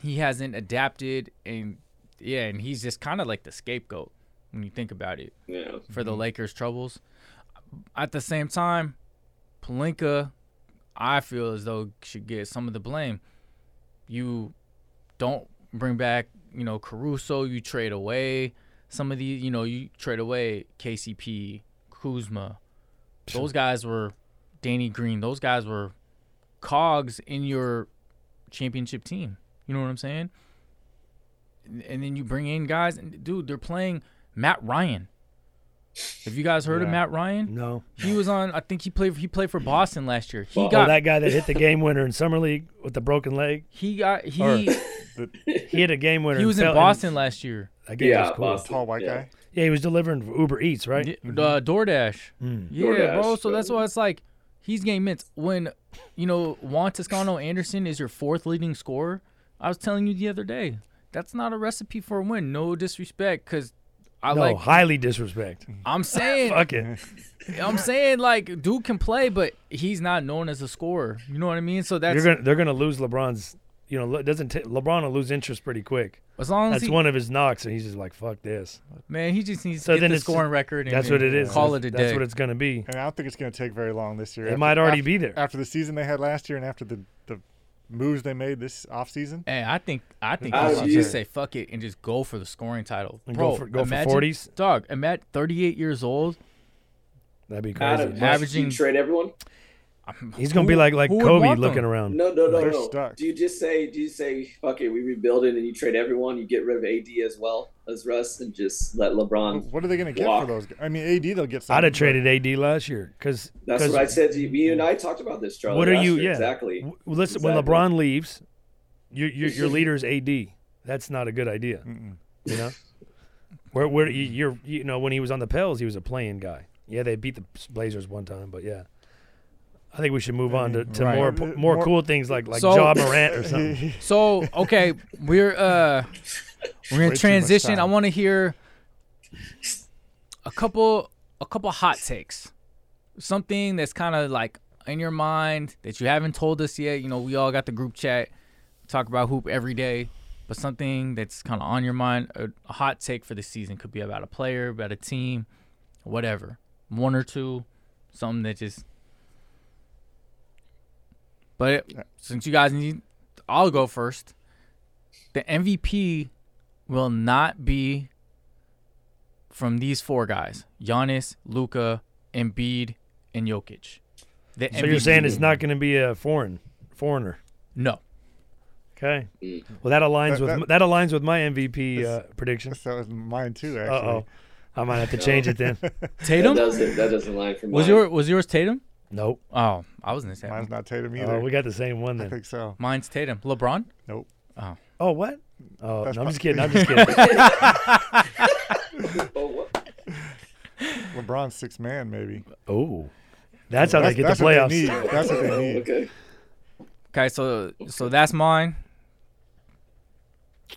Speaker 1: he hasn't adapted and yeah, and he's just kind of like the scapegoat when you think about it.
Speaker 2: Yeah.
Speaker 1: for the Lakers' troubles. At the same time, Palinka, I feel as though should get some of the blame. You don't bring back, you know, Caruso. You trade away some of the, you know, you trade away KCP, Kuzma. Those guys were Danny Green. Those guys were cogs in your championship team. You know what I'm saying? And- And then you bring in guys, and dude, they're playing Matt Ryan. Have you guys heard of
Speaker 4: Yeah.
Speaker 1: Matt Ryan?
Speaker 3: No,
Speaker 1: He was on. I think he played. He played for Boston last year. He
Speaker 2: Well,
Speaker 3: oh,
Speaker 1: got.
Speaker 3: that guy that hit the game winner in summer league with the broken leg.
Speaker 1: he got. He.
Speaker 3: Or-
Speaker 4: The
Speaker 3: He hit a game winner.
Speaker 1: he
Speaker 3: and
Speaker 1: was in
Speaker 3: fell- and
Speaker 1: Boston last year.
Speaker 3: That game
Speaker 2: Yeah,
Speaker 3: was cool.
Speaker 2: Boston.
Speaker 4: tall white
Speaker 2: Yeah.
Speaker 4: guy.
Speaker 3: Yeah, he was delivering for Uber Eats, right? Mm-hmm.
Speaker 1: Yeah, Uh, DoorDash.
Speaker 3: Mm.
Speaker 1: Yeah,
Speaker 2: DoorDash,
Speaker 1: bro. So
Speaker 2: yeah.
Speaker 1: that's why it's like he's getting minutes. When you know Juan Toscano Anderson is your fourth leading scorer, I was telling you the other day that's not a recipe for a win. No disrespect, because I
Speaker 3: no,
Speaker 1: like.
Speaker 3: highly disrespect.
Speaker 1: I'm saying.
Speaker 3: Fuck it.
Speaker 1: I'm saying like dude can play, but he's not known as a scorer. You know what I mean? So that's
Speaker 3: You're gonna, they're gonna lose LeBron's. You know, it doesn't t- LeBron will lose interest pretty quick.
Speaker 1: as long as
Speaker 3: That's
Speaker 1: he,
Speaker 3: one of his knocks, and he's just like, "Fuck this."
Speaker 1: man, he just needs
Speaker 3: So
Speaker 1: to get
Speaker 3: then
Speaker 1: the
Speaker 3: it's-
Speaker 1: scoring record. And
Speaker 3: That's what
Speaker 1: then
Speaker 3: it is.
Speaker 1: Call it
Speaker 3: that's,
Speaker 1: a
Speaker 3: That's
Speaker 1: day.
Speaker 3: what it's gonna be.
Speaker 4: And I don't think it's going to take very long this year.
Speaker 3: It
Speaker 4: After-
Speaker 3: might already
Speaker 4: after-
Speaker 3: be there.
Speaker 4: after the season they had last year and after the, the moves they made this offseason.
Speaker 1: Hey, I think I think
Speaker 2: Oh,
Speaker 1: you should
Speaker 2: yeah.
Speaker 1: just say fuck it and just go for the scoring title,
Speaker 3: And
Speaker 1: bro.
Speaker 3: go for go
Speaker 1: imagine,
Speaker 3: for forties.
Speaker 1: dog. I'm at 38 years old.
Speaker 3: That'd be
Speaker 2: Out
Speaker 3: crazy.
Speaker 2: of
Speaker 1: Averaging-
Speaker 2: averaging, you trade everyone.
Speaker 3: He's gonna
Speaker 1: Who-
Speaker 3: be like like
Speaker 1: who would
Speaker 3: Kobe
Speaker 1: want
Speaker 3: looking
Speaker 1: them?
Speaker 3: around.
Speaker 2: No, no, no,
Speaker 4: They're
Speaker 2: no.
Speaker 4: stuck.
Speaker 2: Do you just say? Do you say fuck it? We rebuild it, and you trade everyone. You get rid of AD as well as Russ, and just let LeBron.
Speaker 4: What are they going to get
Speaker 2: Walk.
Speaker 4: for those? guys? I mean, AD they'll get. Something,
Speaker 3: I'd have
Speaker 4: but
Speaker 3: traded AD last year because
Speaker 2: That's what I said. to you. Me and I talked about this, Charlie.
Speaker 3: What are
Speaker 2: last
Speaker 3: you-
Speaker 2: year.
Speaker 3: yeah.
Speaker 2: Exactly.
Speaker 3: listen when
Speaker 2: Exactly.
Speaker 3: LeBron leaves, your your, your leader is AD. That's not a good idea.
Speaker 4: Mm-mm.
Speaker 3: You know, where where you, you're you know when he was on the Pels, he was a playing guy. Yeah, they beat the Blazers one time, but yeah, I think we should move on to, to
Speaker 1: Right.
Speaker 3: more,
Speaker 4: Uh,
Speaker 3: more
Speaker 4: more-
Speaker 3: cool things like like
Speaker 1: So-
Speaker 3: Ja Morant or something.
Speaker 1: So okay, we're uh we're
Speaker 4: Way too
Speaker 1: gonna
Speaker 4: much
Speaker 1: transition.
Speaker 4: time.
Speaker 1: I want to hear a couple a couple hot takes, something that's kind of like in your mind that you haven't told us yet. You know, we all got the group chat, talk about hoop every day, but something that's kind of on your mind, a, a hot take for the season could be about a player, about a team, whatever, one or two, something that just. But since you guys need, I'll go first. The MVP will not be from these four guys: Giannis, Luca, Embiid, and Jokic. The
Speaker 3: So you're saying it's not going to be a foreign foreigner?
Speaker 1: no.
Speaker 3: Okay.
Speaker 2: Mm.
Speaker 3: Well, that aligns
Speaker 4: That-
Speaker 3: with m- that
Speaker 4: that-
Speaker 3: aligns with my MVP uh,
Speaker 4: This-
Speaker 3: prediction.
Speaker 4: that was mine too.
Speaker 3: Uh
Speaker 4: Actually,
Speaker 3: oh, I might have to change it then.
Speaker 2: That
Speaker 1: Tatum
Speaker 2: doesn't. That doesn't line for me.
Speaker 1: was your was yours Tatum?
Speaker 3: Nope.
Speaker 1: Oh, I was gonna say
Speaker 4: mine's not Tatum either.
Speaker 3: Oh, we got the same one
Speaker 4: I
Speaker 3: then.
Speaker 4: think so.
Speaker 1: mine's Tatum. LeBron.
Speaker 3: Oh, what? Oh,
Speaker 4: That's
Speaker 3: no, I'm just
Speaker 4: probably-
Speaker 3: kidding. I'm just kidding.
Speaker 2: Oh, what?
Speaker 4: LeBron's six man maybe.
Speaker 3: oh, that's how they get
Speaker 4: that's
Speaker 3: the
Speaker 4: what
Speaker 3: playoffs.
Speaker 4: They need. That's what they need.
Speaker 2: Oh, Okay.
Speaker 1: Okay, so so that's mine.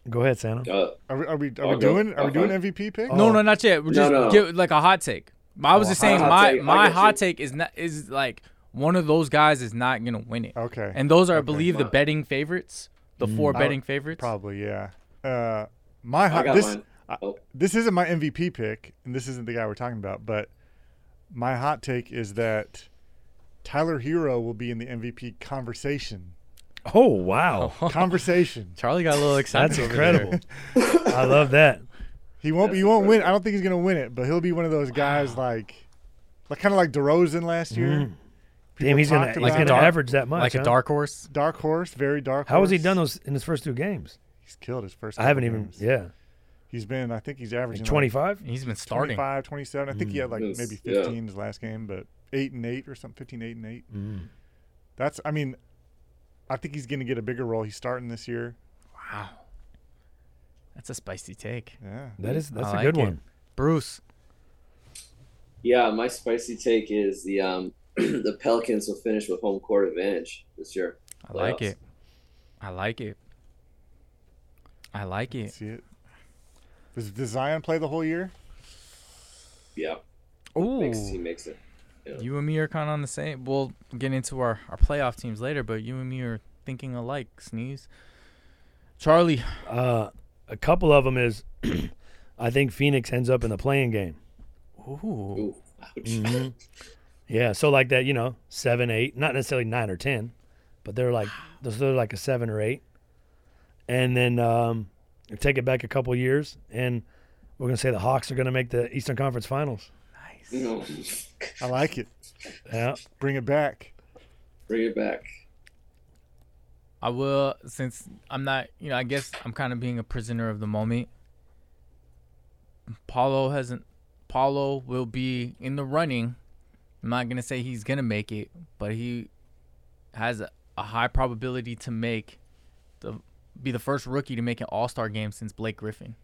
Speaker 3: Go ahead, Santa.
Speaker 2: Uh,
Speaker 4: Are we, are we, are
Speaker 2: I'll
Speaker 4: we
Speaker 2: go.
Speaker 4: doing? Are we
Speaker 2: I'll
Speaker 4: doing
Speaker 2: find-
Speaker 4: MVP pick?
Speaker 1: No,
Speaker 3: Oh.
Speaker 1: no, not yet. We're
Speaker 2: No,
Speaker 1: just
Speaker 2: no.
Speaker 1: give like a hot take. I was
Speaker 4: Oh,
Speaker 1: just
Speaker 4: a hot-
Speaker 1: saying
Speaker 2: hot
Speaker 1: my
Speaker 2: take. I
Speaker 1: my
Speaker 2: get
Speaker 1: hot
Speaker 2: you.
Speaker 1: take is not is like one of those guys is not gonna win it.
Speaker 4: Okay.
Speaker 1: And those are, I
Speaker 4: Okay.
Speaker 1: believe, the
Speaker 2: Wow.
Speaker 1: betting favorites. The four
Speaker 4: I-
Speaker 1: betting favorites.
Speaker 4: Probably yeah. Uh, my
Speaker 2: I
Speaker 4: hot,
Speaker 2: got
Speaker 4: this
Speaker 2: mine. Oh.
Speaker 4: this isn't my MVP pick, and this isn't the guy we're talking about. But my hot take is that Tyler Hero will be in the MVP conversation.
Speaker 3: Oh wow,
Speaker 4: Conversation.
Speaker 1: Charlie got a little excited.
Speaker 3: that's
Speaker 1: over
Speaker 3: incredible.
Speaker 1: there.
Speaker 3: I love that.
Speaker 4: He won't. Be, he
Speaker 2: That's
Speaker 4: won't win.
Speaker 2: incredible.
Speaker 4: I don't think he's gonna win it, but he'll be one of those guys like, like kind of like DeRozan last year.
Speaker 3: Mm. Damn, he's gonna
Speaker 4: talked
Speaker 3: he's
Speaker 4: about
Speaker 3: gonna
Speaker 4: it.
Speaker 3: average that much.
Speaker 1: Like a
Speaker 3: huh?
Speaker 1: dark horse.
Speaker 4: Dark horse, very dark.
Speaker 3: How has he
Speaker 4: horse.
Speaker 3: done those in his first two games?
Speaker 4: He's killed his first.
Speaker 3: I haven't
Speaker 4: couple
Speaker 3: even.
Speaker 4: games.
Speaker 3: Yeah,
Speaker 4: He's been. I think he's averaging like,
Speaker 3: twenty five.
Speaker 1: He's been starting.
Speaker 4: 25, 27. I think he had like
Speaker 2: Yes,
Speaker 4: maybe
Speaker 2: yeah.
Speaker 4: 15 his last game, but eight and eight or something. 15, eight and eight.
Speaker 1: Mm.
Speaker 4: That's. I mean, I think he's gonna get a bigger role. He's starting this year.
Speaker 1: Wow. That's a spicy take.
Speaker 4: Yeah.
Speaker 3: That is that's
Speaker 1: I
Speaker 3: a good
Speaker 1: like it.
Speaker 3: one.
Speaker 1: Bruce.
Speaker 2: Yeah, my spicy take is the um the Pelicans will finish with home court advantage this year.
Speaker 1: I like
Speaker 2: Playoffs.
Speaker 1: it. I like it. I like it.
Speaker 4: See it. Does, does Zion play the whole year?
Speaker 2: Yeah,
Speaker 1: Ooh.
Speaker 2: makes he makes it.
Speaker 1: You and me are kind of on the same. We'll get into our, our playoff teams later, but you and me are thinking alike, Sneeze. Charlie.
Speaker 3: Uh, a couple of them is, I think Phoenix ends up in the playing game.
Speaker 1: Ooh.
Speaker 2: Ooh, ouch.
Speaker 3: Yeah, so like that, you know, seven, eight, not necessarily nine or ten, but they're like those are like a seven or eight, and then um, take it back a couple years, and we're gonna say the Hawks are gonna make the Eastern Conference Finals.
Speaker 1: Nice.
Speaker 2: No.
Speaker 4: I like it.
Speaker 3: Yeah,
Speaker 4: Bring it back.
Speaker 2: Bring it back.
Speaker 1: I will, since I'm not, you know, I guess I'm kind of being a prisoner of the moment. Paulo hasn't, Paulo will be in the running. I'm not going to say he's going to make it, but he has a, a high probability to make, the, be the first rookie to make an all star game since Blake Griffin.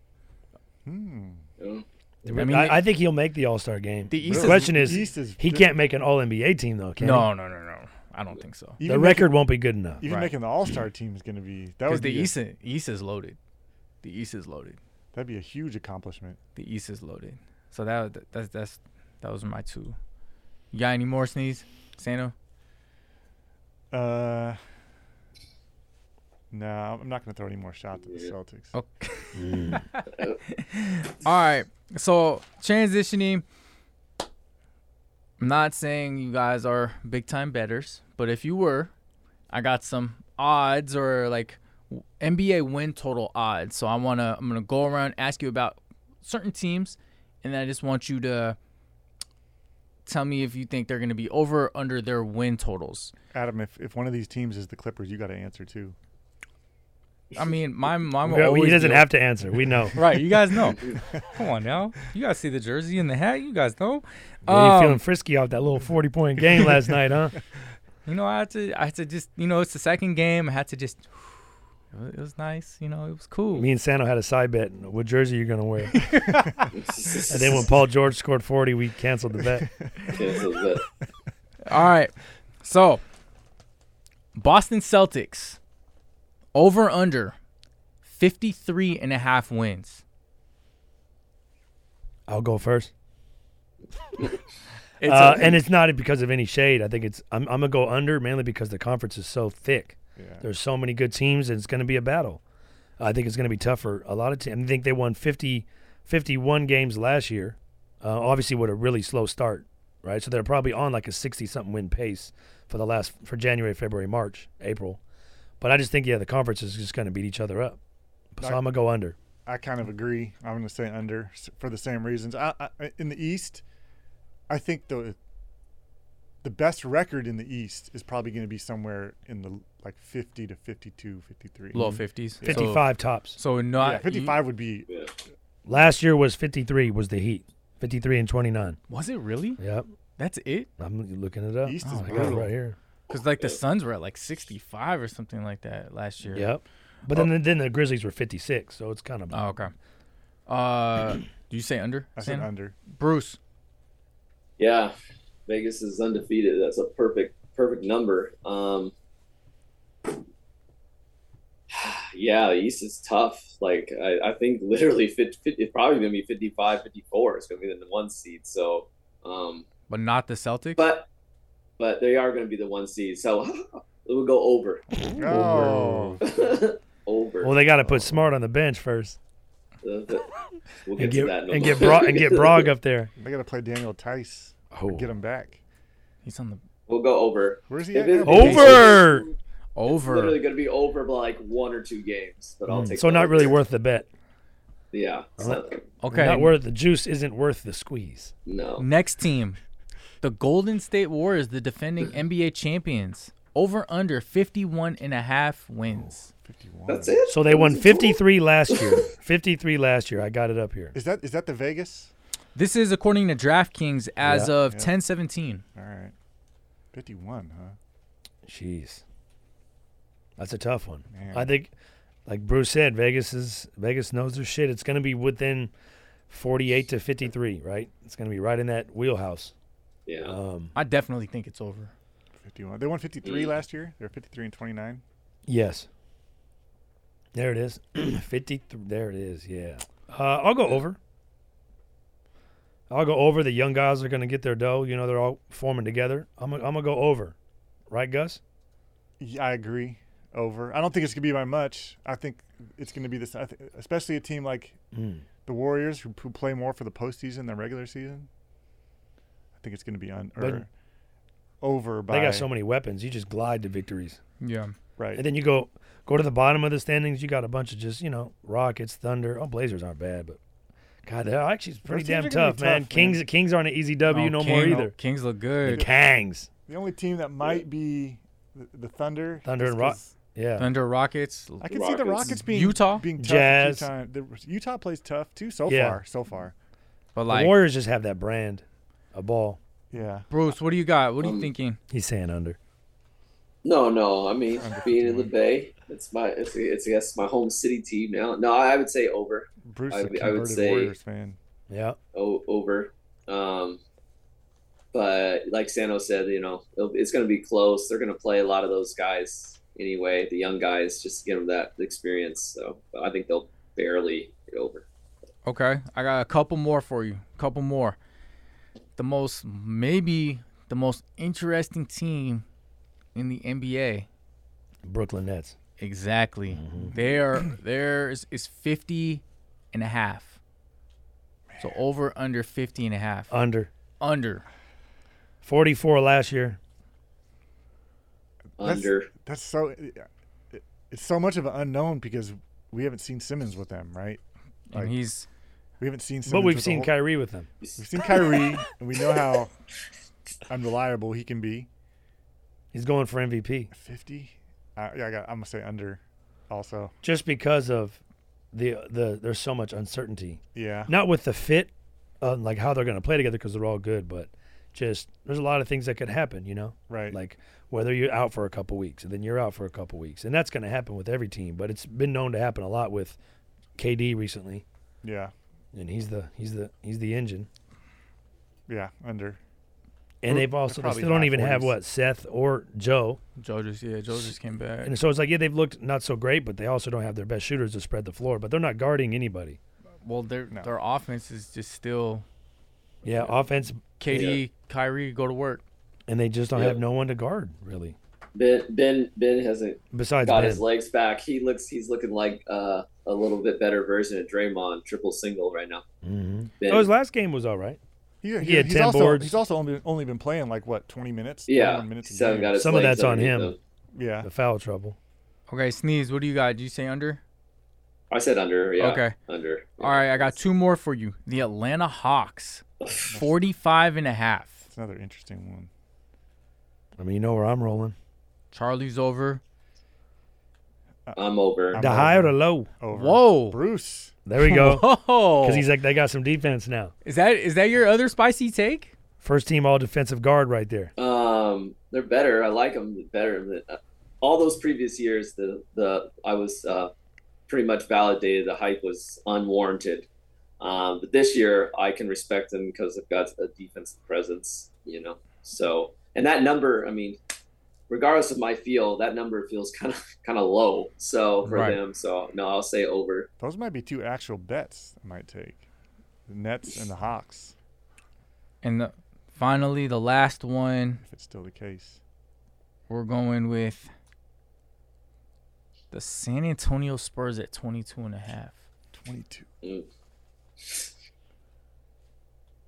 Speaker 4: Hmm.
Speaker 2: You know?
Speaker 3: I,
Speaker 1: mean,
Speaker 3: I, think he'll make the All Star game.
Speaker 1: The
Speaker 3: The,
Speaker 1: East is-
Speaker 3: question is,
Speaker 4: East is-
Speaker 3: he can't make an All NBA team though. Can
Speaker 1: No, no, no, no. I don't think so.
Speaker 3: he?
Speaker 4: Even
Speaker 3: the
Speaker 4: making-
Speaker 3: record won't be good enough.
Speaker 4: Even
Speaker 1: Right.
Speaker 4: making the All Star team is going to be that
Speaker 1: Because
Speaker 4: would
Speaker 1: the
Speaker 4: be
Speaker 1: East, i- East is loaded. The East is loaded.
Speaker 4: A, that'd be a huge accomplishment.
Speaker 1: The East is loaded. So that that- that's that's that was my two. You got any more sneeze, Sano?
Speaker 4: Uh, no, I'm not going to throw any more shots at the
Speaker 2: Yeah.
Speaker 4: Celtics.
Speaker 1: Okay. All right. So transitioning. I'm not saying you guys are big time betters, but if you were, I got some odds or like w- NBA win total odds. So I wanna I'm gonna go around ask you about certain teams, and I just want you to tell me if you think they're gonna be over or under their win totals.
Speaker 4: Adam, if, if one of these teams is the Clippers, you got to answer too.
Speaker 1: I mean, my mom
Speaker 3: We- he doesn't have to answer. We know.
Speaker 1: Right, you guys know. Come on now, you guys see the jersey and the hat. You guys know.
Speaker 3: Yeah, you
Speaker 1: Um,
Speaker 3: feeling frisky off that little forty point game last night, huh?
Speaker 1: you know, I had to, I had to just, you know, it's the second game. I had to just, it wa- it was nice. You know, it was cool.
Speaker 3: Me and Sano had a side bet. What jersey you're gonna wear? And then when Paul George scored 40, we canceled the bet.
Speaker 2: Cancel that.
Speaker 1: All right, so Boston Celtics over under 53 and a half wins.
Speaker 3: I'll go first.
Speaker 1: It's
Speaker 3: Uh,
Speaker 1: a-
Speaker 3: and it's not because of any shade. I think it's I'm, I'm gonna go under mainly because the conference is so thick.
Speaker 4: Yeah.
Speaker 3: There's so many good teams, and it's gonna be a battle. I think it's gonna be tough for a lot of teams. I think they won 50, 51 games last year. Uh, obviously, with a really slow start, right? So they're probably on like a 60 something win pace for the last for January, February, March, April. But I just think yeah, the conference is just gonna beat each other up. So I'm gonna go under.
Speaker 4: I kind of agree. I'm going to say under s- for the same reasons. I, I, in the East, I think the the best record in the East is probably going to be somewhere in the like 50 to 52, 53.
Speaker 1: low 50s. So-
Speaker 3: 55 tops.
Speaker 1: So,
Speaker 4: Yeah,
Speaker 1: not you-
Speaker 4: 55 would be
Speaker 2: Yeah.
Speaker 3: Last year was 53 was the Heat. 53 and 29.
Speaker 1: was it really?
Speaker 3: Yep.
Speaker 1: That's it?
Speaker 3: I'm looking it up. Oh,
Speaker 4: East is
Speaker 3: I got it
Speaker 4: brutal.
Speaker 3: right here.
Speaker 1: Because like the Suns were at like 65 or something like that last year.
Speaker 3: Yep. But
Speaker 2: Oh.
Speaker 3: then, then the Grizzlies were 56, so it's kind of
Speaker 1: Oh, okay. Uh, do you say under?
Speaker 4: I said
Speaker 1: Santa?
Speaker 4: under.
Speaker 1: Bruce.
Speaker 2: Yeah, Vegas is undefeated. That's a perfect perfect number. Um, yeah, the East is tough. Like I, I think literally 50, it's probably gonna be 55, 54. It's gonna be the one seed. So, um,
Speaker 1: but not the Celtics.
Speaker 2: but but they are gonna be the one seed. So it will go over.
Speaker 4: Oh,
Speaker 2: over.
Speaker 3: Well, they got to put Smart on the bench first
Speaker 2: Uh, but we'll get,
Speaker 3: and
Speaker 2: to
Speaker 3: get
Speaker 2: that. in a
Speaker 3: and get
Speaker 2: moment.
Speaker 3: Bro- and get Brog up there.
Speaker 4: they got to play Daniel Tice. or
Speaker 3: Oh.
Speaker 4: Get him back.
Speaker 1: He's on the
Speaker 2: We'll go over.
Speaker 4: Where's he
Speaker 2: If
Speaker 4: at?
Speaker 2: it-
Speaker 4: now?
Speaker 3: Over! Hmm.
Speaker 1: over.
Speaker 2: literally going to be over by like one or two games, but I'll take.
Speaker 3: So
Speaker 2: the
Speaker 3: not
Speaker 2: over.
Speaker 3: really worth the bet.
Speaker 2: Yeah. it's not-
Speaker 1: okay.
Speaker 3: Not worth the juice isn't worth the squeeze.
Speaker 2: no.
Speaker 1: Next team, the Golden State Warriors, the defending NBA champions. Over under 51 and a half
Speaker 3: Oh.
Speaker 1: wins.
Speaker 4: 51.
Speaker 2: That's it.
Speaker 3: So they won
Speaker 2: That's it.
Speaker 3: 53 last year. 53 last year. I got it up here.
Speaker 4: Is that is that the Vegas?
Speaker 1: This is according to DraftKings as
Speaker 3: Yeah,
Speaker 1: of
Speaker 4: yeah.
Speaker 1: 1017.
Speaker 4: All right. 51, huh?
Speaker 3: Jeez. That's a tough one.
Speaker 4: Man.
Speaker 3: I think like Bruce said, Vegas is Vegas knows their shit. It's going to be within 48 to 53, right? It's going to be right in that wheelhouse.
Speaker 2: Yeah.
Speaker 3: Um,
Speaker 1: I definitely think it's over.
Speaker 4: 51. They won 53
Speaker 2: Mm.
Speaker 4: last year. They were 53 and 29.
Speaker 3: yes. There it is. 53 there it is. Yeah. Uh, I'll go over. I'll go over. The young guys are going to get their dough. You know, they're all forming together. I'm gonna- I'm going to go over. Right, Gus?
Speaker 4: Yeah, I agree. Over. I don't think it's going to be by much. I think it's going to be this, I th- especially a team like
Speaker 3: Mm.
Speaker 4: the Warriors who, who play more for the postseason than regular season. I think it's going to be on
Speaker 3: But-
Speaker 4: or over by.
Speaker 3: They got so many weapons. You just glide to victories.
Speaker 1: Yeah.
Speaker 4: Right.
Speaker 3: And then you go go to the bottom of the standings. You got a bunch of just you know Rockets, Thunder. Oh, Blazers aren't bad, but God, they're actually pretty
Speaker 4: teams
Speaker 3: damn
Speaker 4: are gonna
Speaker 3: tough,
Speaker 4: be
Speaker 3: man.
Speaker 4: tough,
Speaker 3: Kings
Speaker 4: man.
Speaker 3: Kings aren't an easy W
Speaker 1: Oh,
Speaker 3: no
Speaker 1: King-
Speaker 3: more either.
Speaker 1: Kings look good.
Speaker 3: Kangs,
Speaker 4: the only team that might be the, the Thunder.
Speaker 3: Thunder
Speaker 4: just
Speaker 3: and Ro-
Speaker 4: 'cause
Speaker 3: yeah.
Speaker 1: Thunder Rockets.
Speaker 4: I can see the
Speaker 2: Rockets.
Speaker 4: Rockets being
Speaker 1: Utah?
Speaker 4: being tough a few
Speaker 3: Jazz.
Speaker 4: time- the- Utah plays tough too so
Speaker 3: Yeah.
Speaker 4: far. So far.
Speaker 1: But
Speaker 3: the
Speaker 1: like,
Speaker 3: Warriors just have that brand, a ball.
Speaker 4: Yeah.
Speaker 1: Bruce, what do you got? What are you
Speaker 2: Um,
Speaker 1: thinking?
Speaker 3: He's saying under.
Speaker 2: No, no. I mean, being in the Bay, it's my it's it's, it's my home city team now. No, I would say over.
Speaker 4: Bruce,
Speaker 2: I
Speaker 4: a
Speaker 2: would-
Speaker 4: converted
Speaker 2: I would say-
Speaker 4: Warriors fan.
Speaker 3: Yeah,
Speaker 2: o- over. Um, but like Sano said, you know, it'll, it's going to be close. They're going to play a lot of those guys anyway, the young guys, just to give them that experience. So I think they'll barely get over.
Speaker 1: Okay, I got a couple more for you. Couple more. The most, maybe the most interesting team in the NBA.
Speaker 3: Brooklyn Nets.
Speaker 1: Exactly. There, there is, is 50 and a half. So over under 50 and a half.
Speaker 3: Under
Speaker 1: under.
Speaker 3: 44 last year.
Speaker 4: That's-
Speaker 2: Under.
Speaker 4: That's so. it- it- It's so much of an unknown because we haven't seen Simmons with them, right?
Speaker 1: And
Speaker 4: Like,
Speaker 1: he's
Speaker 4: We haven't seen. Simmons
Speaker 3: but we've
Speaker 4: with
Speaker 3: seen
Speaker 4: the whole,
Speaker 3: Kyrie with them.
Speaker 4: we've seen Kyrie, and we know how unreliable he can be.
Speaker 3: He's going for MVP
Speaker 4: Fifty. Uh, yeah, I got, I'm gonna say under. Also,
Speaker 3: just because of the the. There's so much uncertainty.
Speaker 4: yeah.
Speaker 3: not with the fit, uh, like how they're going to play together because they're all good, but just there's a lot of things that could happen, you know,
Speaker 4: Right.
Speaker 3: like whether you're out for a couple weeks and then you're out for a couple weeks, and that's going to happen with every team. But it's been known to happen a lot with KD recently,
Speaker 4: yeah.
Speaker 3: and he's the he's the he's the engine.
Speaker 4: Yeah. Under.
Speaker 3: And
Speaker 4: They're
Speaker 3: they've also they
Speaker 4: probably
Speaker 3: still don't
Speaker 4: high
Speaker 3: even have
Speaker 4: 40s.
Speaker 3: what Seth or Joe,
Speaker 1: Joe just yeah Joe just came back.
Speaker 3: and so it's like yeah they've looked not so great, but they also don't have their best shooters to spread the floor, but they're not guarding anybody.
Speaker 1: Well, their
Speaker 4: No.
Speaker 1: their offense is just still
Speaker 3: Yeah, offense,
Speaker 1: KD, Kyrie go to work.
Speaker 3: and they just don't
Speaker 2: Yeah.
Speaker 3: have no one to guard really.
Speaker 2: Ben Ben Ben hasn't
Speaker 3: Besides,
Speaker 2: got
Speaker 3: Ben.
Speaker 2: his legs back. He looks he's looking like uh, a little bit better version of Draymond, triple single right now.
Speaker 3: Mhm.
Speaker 2: Ben,
Speaker 3: Oh, his last game was all right.
Speaker 4: He,
Speaker 3: He had
Speaker 4: he's
Speaker 3: 10
Speaker 4: also,
Speaker 3: boards.
Speaker 4: He's also only, only been playing like what 20 minutes.
Speaker 2: yeah,
Speaker 4: 21 minutes.
Speaker 2: he's
Speaker 4: a
Speaker 2: haven't
Speaker 4: game.
Speaker 2: got his
Speaker 3: Some of
Speaker 2: legs
Speaker 3: that's on
Speaker 2: underneath
Speaker 3: him.
Speaker 4: Yeah.
Speaker 3: The foul trouble.
Speaker 1: Okay, sneeze. What do you got? Did you say under?
Speaker 2: I said under. Yeah.
Speaker 1: Okay.
Speaker 2: Under.
Speaker 1: All right, I got two more for you. The Atlanta Hawks, 45 and a half.
Speaker 4: It's another interesting one.
Speaker 3: I mean, you know where I'm rolling.
Speaker 1: Charlie's over.
Speaker 2: I'm over.
Speaker 4: I'm
Speaker 3: The
Speaker 4: over.
Speaker 3: high or the low?
Speaker 4: Over.
Speaker 1: Whoa.
Speaker 4: Bruce.
Speaker 3: There we go.
Speaker 1: Whoa.
Speaker 3: Because he's like, they got some defense now.
Speaker 1: is that is that your other spicy take?
Speaker 3: First team all defensive guard right there.
Speaker 2: Um, they're better. I like them better than uh, all those previous years. The the I was uh, pretty much validated. The hype was unwarranted. Um, but this year, I can respect them because they've got a defensive presence. You know, so and that number. I mean, regardless of my feel, that number feels kind of kind of low. So for
Speaker 1: Right.
Speaker 2: them, so no, I'll say over.
Speaker 4: Those might be two actual bets I might take. The Nets and the Hawks,
Speaker 1: And the, finally, the last one
Speaker 4: if it's still the case.
Speaker 1: we're going with the San Antonio Spurs at 22 and a half.
Speaker 4: 22.
Speaker 2: Mm.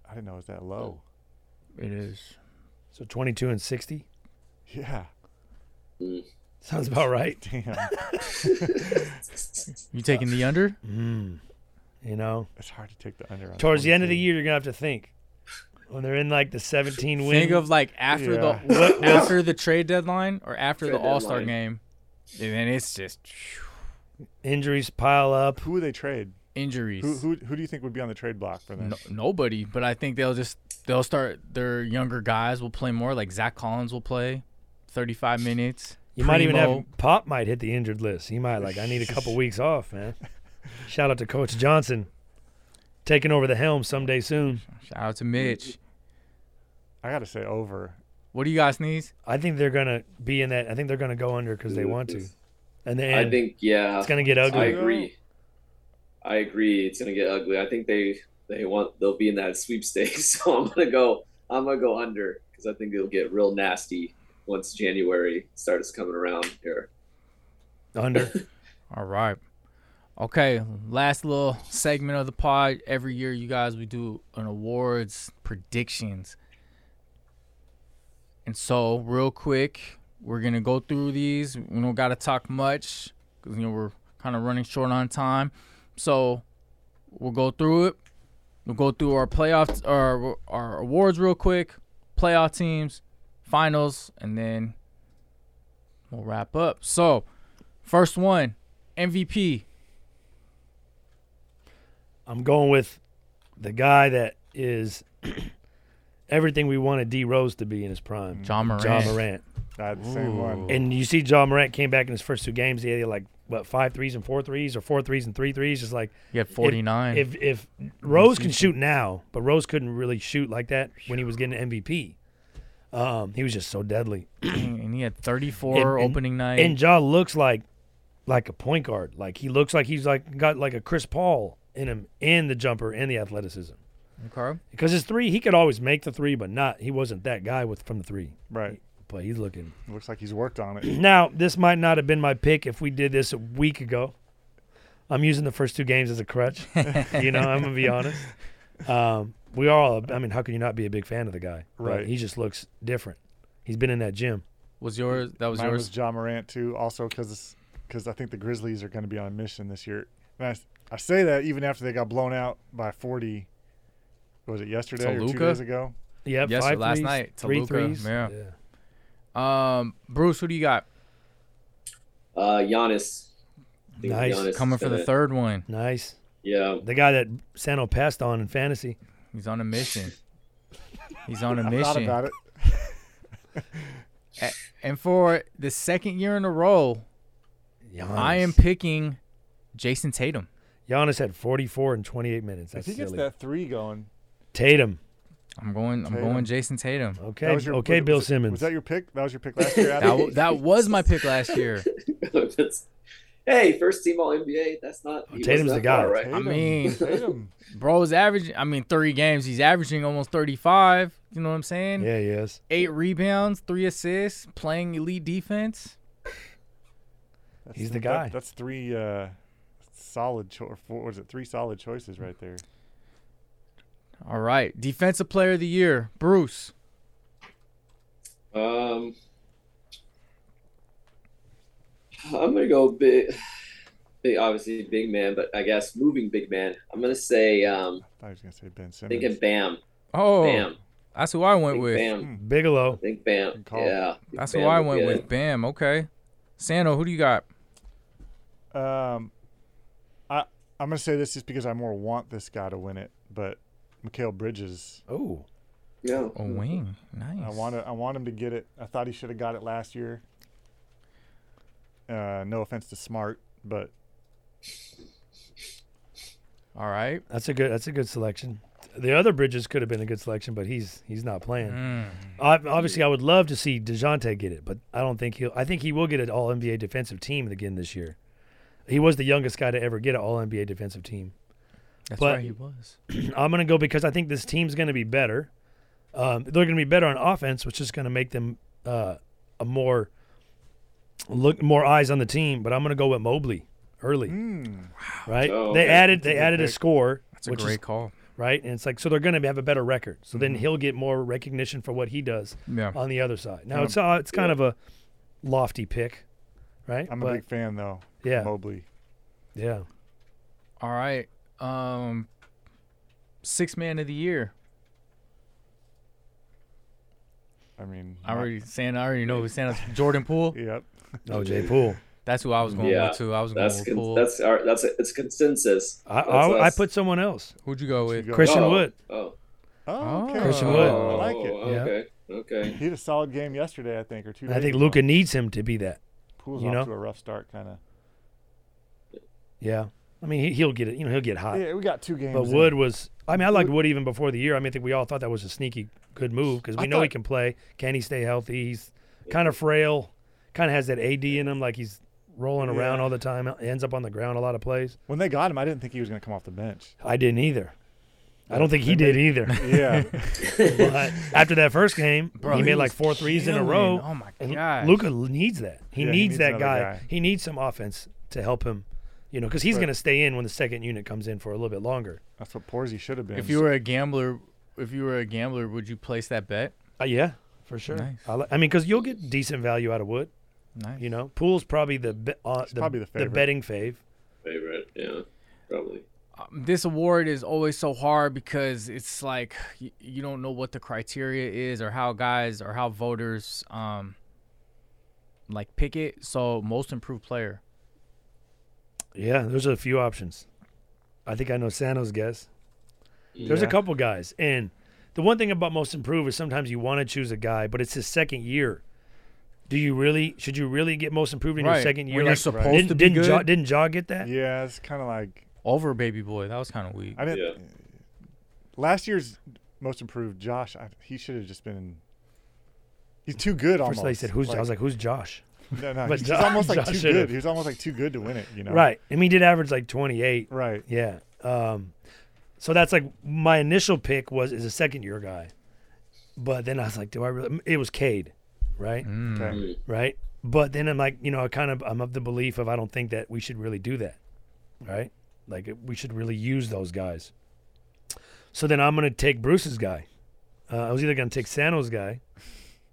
Speaker 4: I didn't know it was that
Speaker 3: Oh.
Speaker 4: low.
Speaker 1: It is.
Speaker 3: So 22 and 60.
Speaker 4: Yeah.
Speaker 3: Sounds about right.
Speaker 4: Damn,
Speaker 1: You taking the under?
Speaker 3: Mm. You know,
Speaker 4: it's hard to take the under. On
Speaker 3: towards the end of the
Speaker 4: 22.
Speaker 3: year, you're gonna have to think when they're in like the 17 win.
Speaker 1: Think of like after
Speaker 4: Yeah.
Speaker 1: the after the trade deadline or after the
Speaker 2: Trade
Speaker 1: All Star game,
Speaker 2: deadline.
Speaker 1: and then it's just
Speaker 3: injuries pile up.
Speaker 4: Who would they trade?
Speaker 1: injuries.
Speaker 4: Who, who who do you think would be on the trade block for them?
Speaker 1: No, nobody, but I think they'll just they'll start their younger guys will play more. Like Zach Collins will play thirty five minutes.
Speaker 3: You might even
Speaker 1: Primo.
Speaker 3: have Pop might hit the injured list. He might like I need a couple weeks off, man. Shout out to Coach Johnson taking over the helm someday soon.
Speaker 1: shout out to Mitch.
Speaker 4: I gotta say over.
Speaker 1: What do you guys need?
Speaker 3: I think they're gonna be in that. I think they're gonna go under because they want to, and then
Speaker 2: I think yeah.
Speaker 3: it's gonna get
Speaker 2: I
Speaker 3: ugly.
Speaker 4: Yeah.
Speaker 2: agree. I agree. It's gonna get ugly. I think they they want they'll be in that sweepstakes. So I'm gonna go. I'm gonna go under because I think it'll get real nasty once January starts coming around here.
Speaker 3: under.
Speaker 1: All right. Okay, last little segment of the pod. Every year, you guys, we do an awards predictions. And so, real quick, we're going to go through these. We don't got to talk much because, you know, we're kind of running short on time. So, we'll go through it. We'll go through our playoffs, our, our awards real quick, playoff teams, finals, and then we'll wrap up. So, first one. MVP.
Speaker 3: I'm going with the guy that is everything we wanted D Rose to be in his prime.
Speaker 1: Mm-hmm. John Morant.
Speaker 3: Ja Morant.
Speaker 4: I had the same one.
Speaker 3: And you see John Morant came back in his first two games. He had like what five threes and four threes, or four threes and three threes. Just like
Speaker 1: He had 49.
Speaker 3: if if Rose can shoot now, but Rose couldn't really shoot like that when he was getting MVP. Um, he was just so deadly.
Speaker 1: and he had 34
Speaker 3: And- and-
Speaker 1: opening night.
Speaker 3: And Jaw looks like like a point guard. Like he looks like he's like got like a Chris Paul in him, and the jumper, and the athleticism.
Speaker 1: okay.
Speaker 3: Because his three, he could always make the three, but not he wasn't that guy with from the three.
Speaker 4: Right.
Speaker 3: But he's looking
Speaker 4: Looks like he's worked on it.
Speaker 3: now. This might not have been my pick if we did this a week ago. I'm using the first two games as a crutch. you know, I'm gonna be honest. Um, we all. I mean, how can you not be a big fan of the guy? But
Speaker 4: Right.
Speaker 3: he just looks different. He's been in that gym.
Speaker 1: Was yours? That was
Speaker 4: Mine
Speaker 1: yours?
Speaker 4: was John Morant too. Also because I think the Grizzlies are going to be on a mission this year. And I s- I, say that even after they got blown out by 40. Was it yesterday or two
Speaker 1: Toluca?
Speaker 4: days ago?
Speaker 3: Yeah,
Speaker 1: Yes,
Speaker 3: five
Speaker 1: last
Speaker 3: threes,
Speaker 1: night,
Speaker 3: three
Speaker 1: Toluka,
Speaker 3: threes.
Speaker 1: yeah. um, Bruce, who do you got?
Speaker 2: Uh, Giannis. I think
Speaker 3: Nice.
Speaker 2: Giannis is
Speaker 1: Coming for the
Speaker 2: gonna-
Speaker 1: third one.
Speaker 3: nice.
Speaker 2: Yeah.
Speaker 3: The guy that Sano passed on in fantasy.
Speaker 1: He's on a mission. He's on a
Speaker 4: I thought
Speaker 1: mission.
Speaker 4: about it.
Speaker 1: And for the second year in a row,
Speaker 3: Giannis.
Speaker 1: I am picking Jason Tatum.
Speaker 3: Giannis had 44 and 28 minutes.
Speaker 4: If
Speaker 3: That's
Speaker 4: he gets
Speaker 3: silly.
Speaker 4: that three going,
Speaker 3: Tatum.
Speaker 1: I'm going. I'm
Speaker 4: Tatum.
Speaker 1: going Jason Tatum.
Speaker 3: Okay.
Speaker 4: that was your
Speaker 3: okay,
Speaker 4: was
Speaker 3: Bill
Speaker 4: it-
Speaker 3: Simmons.
Speaker 4: Was that your pick? That was your pick last year.
Speaker 1: That,
Speaker 4: Adam?
Speaker 1: w- that was my pick last year.
Speaker 2: That's- hey, first team All NBA. That's not. he
Speaker 3: Tatum's
Speaker 2: wasn't
Speaker 3: the
Speaker 2: that
Speaker 3: guy.
Speaker 2: far, right?
Speaker 1: I mean-
Speaker 4: Tatum.
Speaker 1: Bro's averaging. I mean, three games. He's averaging almost 35. You know what I'm saying?
Speaker 3: yeah, he is.
Speaker 1: Eight rebounds, three assists, playing elite defense.
Speaker 4: That's-
Speaker 3: He's the
Speaker 4: that-
Speaker 3: guy.
Speaker 4: that's three uh, solid cho- or four. Was it three solid choices right there?
Speaker 1: All right. Defensive player of the year, Bruce.
Speaker 2: Um, I'm gonna go big, big. Obviously, big man, but I guess moving big man. I'm gonna say. Um,
Speaker 4: I thought he was gonna say Ben
Speaker 2: I'm
Speaker 4: Simmons.
Speaker 2: thinking Bam,
Speaker 1: Oh,
Speaker 2: Bam,
Speaker 1: that's who I
Speaker 2: I
Speaker 1: went
Speaker 2: think
Speaker 1: with. Hmm.
Speaker 2: Bam. I
Speaker 3: Bigelow.
Speaker 2: think Bam.
Speaker 4: Good call.
Speaker 2: Yeah, I think
Speaker 1: That's
Speaker 2: Bam
Speaker 1: who I
Speaker 2: would
Speaker 1: went
Speaker 2: get
Speaker 1: with.
Speaker 2: it.
Speaker 1: Bam. Okay. Sano, who do you got?
Speaker 4: Um, I I'm gonna say this just because I more want this guy to win it, but Mikhail Bridges,
Speaker 3: Oh,
Speaker 2: No,
Speaker 1: A
Speaker 3: Hmm.
Speaker 1: wing. Nice.
Speaker 4: I want to I want him to get it. I thought he should have got it last year. Uh, no offense to Smart, but
Speaker 1: All right.
Speaker 3: that's a good. That's a good selection. The other Bridges could have been a good selection, but he's he's not playing.
Speaker 1: Mm.
Speaker 3: Ob- Obviously, I would love to see Dejounte get it, but I don't think he'll. I think he will get an All NBA Defensive Team again this year. He was the youngest guy to ever get an All NBA Defensive Team.
Speaker 1: That's
Speaker 3: But-
Speaker 1: right. He was.
Speaker 3: I'm going to go because I think this team's going to be better. Um, they're going to be better on offense, which is going to make them uh, a more look more eyes on the team. But I'm going to go with Mobley early,
Speaker 4: mm,
Speaker 3: right?
Speaker 2: Oh,
Speaker 3: they
Speaker 2: okay.
Speaker 3: added
Speaker 4: a
Speaker 3: they
Speaker 4: good
Speaker 3: added a
Speaker 4: pick.
Speaker 3: score,
Speaker 1: That's a
Speaker 3: which
Speaker 1: great
Speaker 3: is
Speaker 1: call.
Speaker 3: right, and it's like so they're going to have a better record. So
Speaker 4: Hmm.
Speaker 3: then he'll get more recognition for what he does
Speaker 1: Yeah.
Speaker 3: on the other side. Now
Speaker 4: Yeah.
Speaker 3: it's uh, it's kind of a lofty pick, right?
Speaker 4: I'm
Speaker 3: But-
Speaker 4: a big fan though.
Speaker 3: yeah,
Speaker 4: Mobley.
Speaker 3: yeah.
Speaker 1: All right. Um six man of the year.
Speaker 4: I mean,
Speaker 1: I
Speaker 4: not-
Speaker 1: already saying I already know who Santa's Jordan Poole.
Speaker 4: Yep.
Speaker 3: OJ Poole.
Speaker 1: That's who I was going
Speaker 2: Yeah,
Speaker 1: with too. I was going
Speaker 2: That's
Speaker 1: with
Speaker 2: con-
Speaker 1: Poole.
Speaker 2: that's our that's a, it's consensus.
Speaker 3: I,
Speaker 2: That's
Speaker 3: I, I
Speaker 2: us.
Speaker 3: put someone else.
Speaker 1: Who'd you go
Speaker 4: So you
Speaker 1: with?
Speaker 4: go-
Speaker 3: Christian
Speaker 2: Oh,
Speaker 3: Wood.
Speaker 2: Oh,
Speaker 4: Oh, okay.
Speaker 3: Christian Wood.
Speaker 4: I like it.
Speaker 2: Oh, Okay, okay.
Speaker 4: He had a solid game yesterday, I think, or two.
Speaker 3: I
Speaker 4: days
Speaker 3: think
Speaker 4: ago.
Speaker 3: Luca needs him to be that.
Speaker 4: Poole's
Speaker 3: you
Speaker 4: off
Speaker 3: know?
Speaker 4: to a rough start, kind of.
Speaker 3: Yeah. I mean, he, he'll get it. You know, he'll get hot.
Speaker 4: Yeah, we got two games.
Speaker 3: Uh, But
Speaker 4: in.
Speaker 3: Wood was. I mean, I liked Wood even before the year. I mean, I think we all thought that was a sneaky good move because we
Speaker 4: I
Speaker 3: know he
Speaker 4: thought-
Speaker 3: can play. Can he stay healthy? He's kind of frail. Kind of has that AD in him, like he's rolling around
Speaker 4: Yeah.
Speaker 3: all the time. Ends up on the ground a lot of plays.
Speaker 4: when they got him, I didn't think he was going to come off the bench.
Speaker 3: I didn't either. I don't think he
Speaker 4: They
Speaker 3: did either.
Speaker 4: Yeah,
Speaker 3: But after that first game, he made like four
Speaker 1: was
Speaker 3: threes in a
Speaker 1: killing.
Speaker 3: row.
Speaker 1: Oh my god.
Speaker 3: And Luca needs that. He
Speaker 4: Yeah,
Speaker 3: needs,
Speaker 4: he needs
Speaker 3: that
Speaker 4: another
Speaker 3: guy.
Speaker 4: guy.
Speaker 3: He needs some offense to help him, you know, because he's
Speaker 4: Right.
Speaker 3: going to stay in when the second unit comes in for a little bit longer.
Speaker 4: that's what Porzy should have been.
Speaker 1: If you were a gambler, if you were a gambler, would you place that bet?
Speaker 3: Uh, yeah, for sure.
Speaker 1: Nice.
Speaker 3: I, li- I mean, because you'll get decent value out of Wood.
Speaker 1: Nice.
Speaker 3: You know, Pool's probably the be- uh, the,
Speaker 4: probably the favorite.
Speaker 3: betting fave.
Speaker 2: Favorite, yeah, probably.
Speaker 1: Um, this award is always so hard because it's like you, you don't know what the criteria is or how guys or how voters um like pick it. So most improved player.
Speaker 3: Yeah, there's a few options. I think I know Sano's guess. There's a
Speaker 4: Yeah.
Speaker 3: couple guys, and the one thing about most improved is sometimes you want to choose a guy, but it's his second year. Do you really? Should you really get most improved in your
Speaker 1: Right,
Speaker 3: second year?
Speaker 1: when you're
Speaker 3: Like,
Speaker 1: supposed
Speaker 3: didn't,
Speaker 1: to be
Speaker 3: didn't Ja,
Speaker 1: good.
Speaker 3: didn't Ja get that?
Speaker 4: yeah, it's kind of like
Speaker 1: Over baby boy. That was kind of weak.
Speaker 4: I didn't. Last year's most improved, Josh. I, he should have just been. He's too good.
Speaker 3: First,
Speaker 4: Almost.
Speaker 3: I said, "Who's?" I was like, "Who's Josh?"
Speaker 4: no, no,
Speaker 3: but
Speaker 4: he's
Speaker 3: Josh-
Speaker 4: almost like
Speaker 3: Josh
Speaker 4: too
Speaker 3: should've.
Speaker 4: good. He was almost like too good to win it. You know.
Speaker 3: Right. I mean, he did average like 28.
Speaker 4: Right.
Speaker 3: Yeah. Um, so that's like my initial pick was is a second year guy, but then I was like, do I really? It was Cade, right?
Speaker 4: Okay.
Speaker 3: Right. But then I'm like, you know, I kind of I'm of the belief of I don't think that we should really do that, right? Like it- we should really use those guys. So then I'm gonna take Bruce's guy. Uh, I was either gonna take Sano's guy,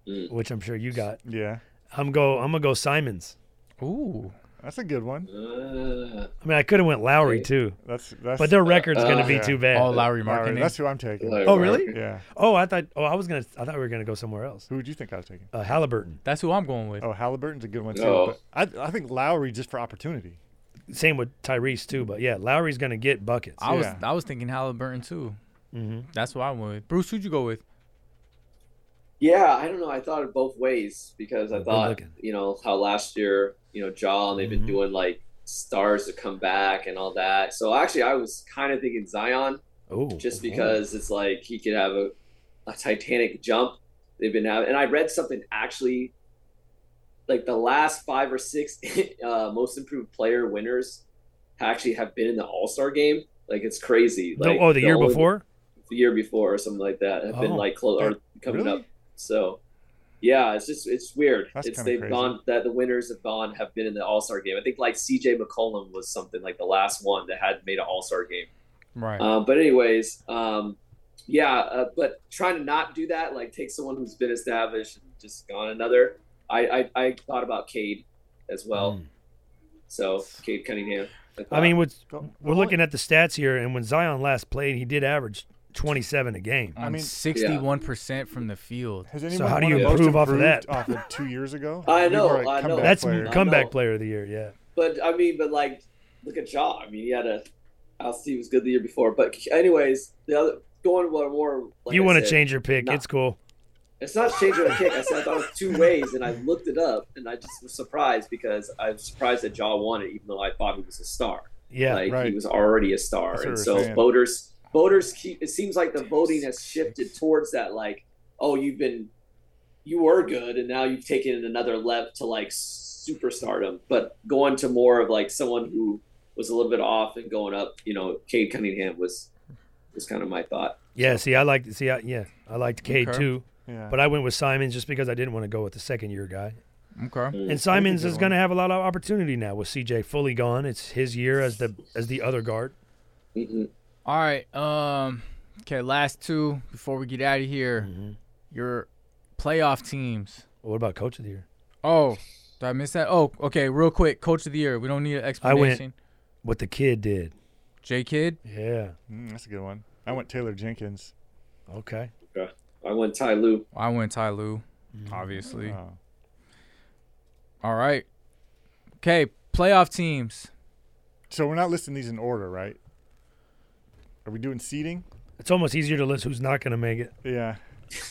Speaker 2: Mm.
Speaker 3: which I'm sure you got.
Speaker 4: Yeah,
Speaker 3: I'm go I'm gonna go Simons.
Speaker 1: Ooh.
Speaker 4: that's a good one.
Speaker 2: Uh,
Speaker 3: I mean, I could have went Lowry
Speaker 2: Okay.
Speaker 3: too,
Speaker 4: That's that's.
Speaker 3: but their record's gonna be
Speaker 4: yeah.
Speaker 3: too bad.
Speaker 1: Oh, Lowry
Speaker 4: All right,
Speaker 1: Marketing.
Speaker 4: that's who I'm taking.
Speaker 2: like,
Speaker 3: Oh, really?
Speaker 2: Mark-
Speaker 4: Yeah.
Speaker 3: Oh, I thought. Oh, I was gonna. I thought we were gonna go somewhere else.
Speaker 4: Who would you think I was taking?
Speaker 3: Uh, Halliburton.
Speaker 1: That's who I'm going with.
Speaker 4: Oh, Halliburton's a good one too.
Speaker 2: No.
Speaker 4: But I I think Lowry just for opportunity.
Speaker 3: Same with Tyrese too. But yeah, Lowry's gonna get buckets.
Speaker 1: I was
Speaker 4: yeah.
Speaker 1: I was thinking Halliburton too.
Speaker 3: mm-hmm.
Speaker 1: That's who I went with. Bruce, who'd you go with?
Speaker 2: Yeah, I don't know. I thought it both ways because I
Speaker 3: Good
Speaker 2: thought
Speaker 3: looking. Mm-hmm.
Speaker 2: you know how last year you know Jaw and they've been
Speaker 1: Mhm.
Speaker 2: doing like stars to come back and all that. So actually, I was kind of thinking Zion
Speaker 3: Oh,
Speaker 2: just because it's like he could have a, a titanic jump. They've been having, and I read something actually like the last five or six uh, most improved player winners actually have been in the All Star game. Like it's crazy.
Speaker 3: The-
Speaker 2: Like
Speaker 3: oh, the, year
Speaker 2: only-
Speaker 3: before.
Speaker 2: the year before or something like that have been
Speaker 3: Oh,
Speaker 2: like close or coming
Speaker 4: really?
Speaker 2: up. So yeah, it's just it's weird.
Speaker 4: That's
Speaker 2: it's
Speaker 4: kinda
Speaker 2: they've
Speaker 4: crazy.
Speaker 2: gone that the winners have gone have been in the All Star game. I think like C.J. McCollum was something like the last one that had made an All Star game.
Speaker 1: Right.
Speaker 4: Um,
Speaker 2: Uh, but anyways, um, yeah. Uh, but trying to not do that, like take someone who's been established and just gone another. I I, I thought about Cade as well.
Speaker 3: Mm.
Speaker 2: So Cade Cunningham.
Speaker 3: I mean, with,
Speaker 4: Go-
Speaker 3: we're looking at the stats here, and when Zion last played, he did average 27 a game.
Speaker 1: On
Speaker 4: I mean-
Speaker 1: 61% from the field.
Speaker 4: Has anyone
Speaker 3: So how do
Speaker 4: won a
Speaker 3: you
Speaker 4: most
Speaker 3: improve off of
Speaker 4: improved
Speaker 3: that?
Speaker 4: Off of two years ago.
Speaker 2: I
Speaker 4: We
Speaker 2: know,
Speaker 4: were a
Speaker 2: I know.
Speaker 4: comeback
Speaker 3: That's
Speaker 4: player.
Speaker 2: I
Speaker 3: comeback
Speaker 2: know.
Speaker 3: player of the year. Yeah.
Speaker 2: But I mean, but like, look at Jaw. I mean, he had a. I'll see. He was good the year before. But anyways, the other going more more. Like
Speaker 3: you
Speaker 2: I
Speaker 3: want to
Speaker 2: said,
Speaker 3: change your pick?
Speaker 2: nah.
Speaker 3: It's cool.
Speaker 2: It's not changing a kick. I said I thought it two ways, and I looked it up, and I just was surprised because I was surprised that Jaw won it, even though I thought he was a star.
Speaker 3: Yeah.
Speaker 2: like
Speaker 4: right.
Speaker 2: he was already a star,
Speaker 4: That's what
Speaker 2: and
Speaker 4: we're
Speaker 2: so
Speaker 4: saying.
Speaker 2: voters voters keep. It seems like the voting has shifted towards that. Like, oh, you've been, you were good, and now you've taken it another leap to like superstardom, but going to more of like someone who was a little bit off and going up. You know, Cade Cunningham was was kind of my thought.
Speaker 3: yeah. See, I like. See, I, yeah, I liked K
Speaker 1: Okay.
Speaker 3: too,
Speaker 4: Yeah.
Speaker 3: but I went with Simons just because I didn't want to go with the second year guy.
Speaker 1: Okay.
Speaker 2: Mm.
Speaker 3: And Simons
Speaker 4: good
Speaker 3: is
Speaker 4: one.
Speaker 3: going to have a lot of opportunity now with CJ fully gone. It's his year as the as the other guard.
Speaker 2: Mhm.
Speaker 1: All right. Um okay, last two before we get out
Speaker 4: Mm-hmm.
Speaker 1: of here. Your playoff teams.
Speaker 3: What about coach of the year?
Speaker 1: Oh, Did I miss that? Oh, okay. Real quick, coach of the year. We don't need an
Speaker 3: I
Speaker 1: explanation.
Speaker 3: went- What the kid did.
Speaker 1: J Kid.
Speaker 3: Yeah.
Speaker 4: Mm, that's a good one. I went Taylor Jenkins.
Speaker 3: Okay.
Speaker 2: I went Ty Lue.
Speaker 1: I went Ty Lue, obviously.
Speaker 4: Oh.
Speaker 1: All right. Okay, playoff teams.
Speaker 4: So we're not listing these in order, right? Are we doing seating?
Speaker 3: It's almost easier to list who's not going to make it.
Speaker 4: Yeah.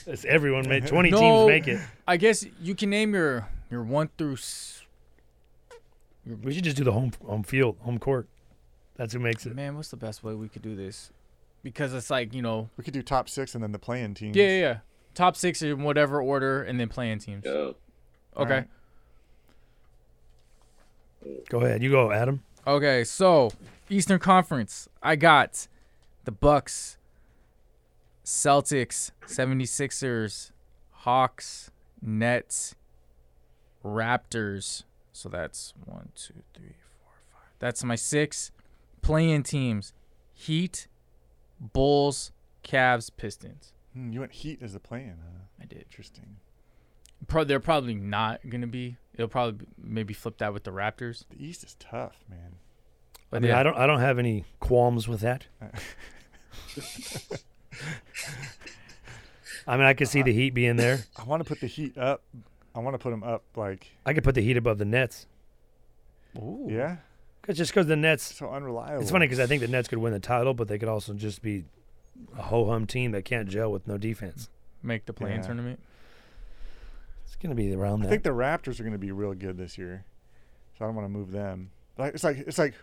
Speaker 3: It's everyone made 20
Speaker 1: No.
Speaker 3: teams make it.
Speaker 1: I guess you can name your your one through. s-
Speaker 3: We should just do the home home field, home court. That's who makes it.
Speaker 1: Man, what's the best way we could do this? Because it's like you know,
Speaker 4: We could do top six and then the playing teams.
Speaker 1: yeah, yeah, yeah. top six in whatever order, and then playing teams.
Speaker 2: Uh,
Speaker 4: All
Speaker 1: Okay.
Speaker 4: right.
Speaker 3: Go ahead. You go, Adam.
Speaker 1: Okay, so Eastern Conference, I got the Bucks, Celtics, 76ers, Hawks, Nets, Raptors. So that's one, two, three, four, five. That's my six playing teams. Heat, Bulls, Cavs, Pistons.
Speaker 4: Hmm, you went Heat as the playing. Huh?
Speaker 1: I did.
Speaker 4: Interesting.
Speaker 1: Pro- they're probably not gonna be. It'll probably be- maybe flip that with the Raptors.
Speaker 4: The East is tough, man.
Speaker 3: I mean,
Speaker 1: yeah.
Speaker 3: I don't I don't have any qualms with that. I mean, I could see the Heat being there.
Speaker 4: I want to put the Heat up. I want to put them up like
Speaker 3: I could put the Heat above the Nets.
Speaker 1: Ooh.
Speaker 4: yeah,
Speaker 3: Cause just because the Nets,
Speaker 4: so unreliable.
Speaker 3: it's funny because I think the Nets could win the title, but they could also just be a ho hum team that can't gel with no defense.
Speaker 1: Make the playing
Speaker 4: Yeah.
Speaker 1: tournament.
Speaker 3: It's gonna be around
Speaker 4: I
Speaker 3: that.
Speaker 4: think the Raptors are going to be real good this year, so I don't want to move them. Like it's like it's like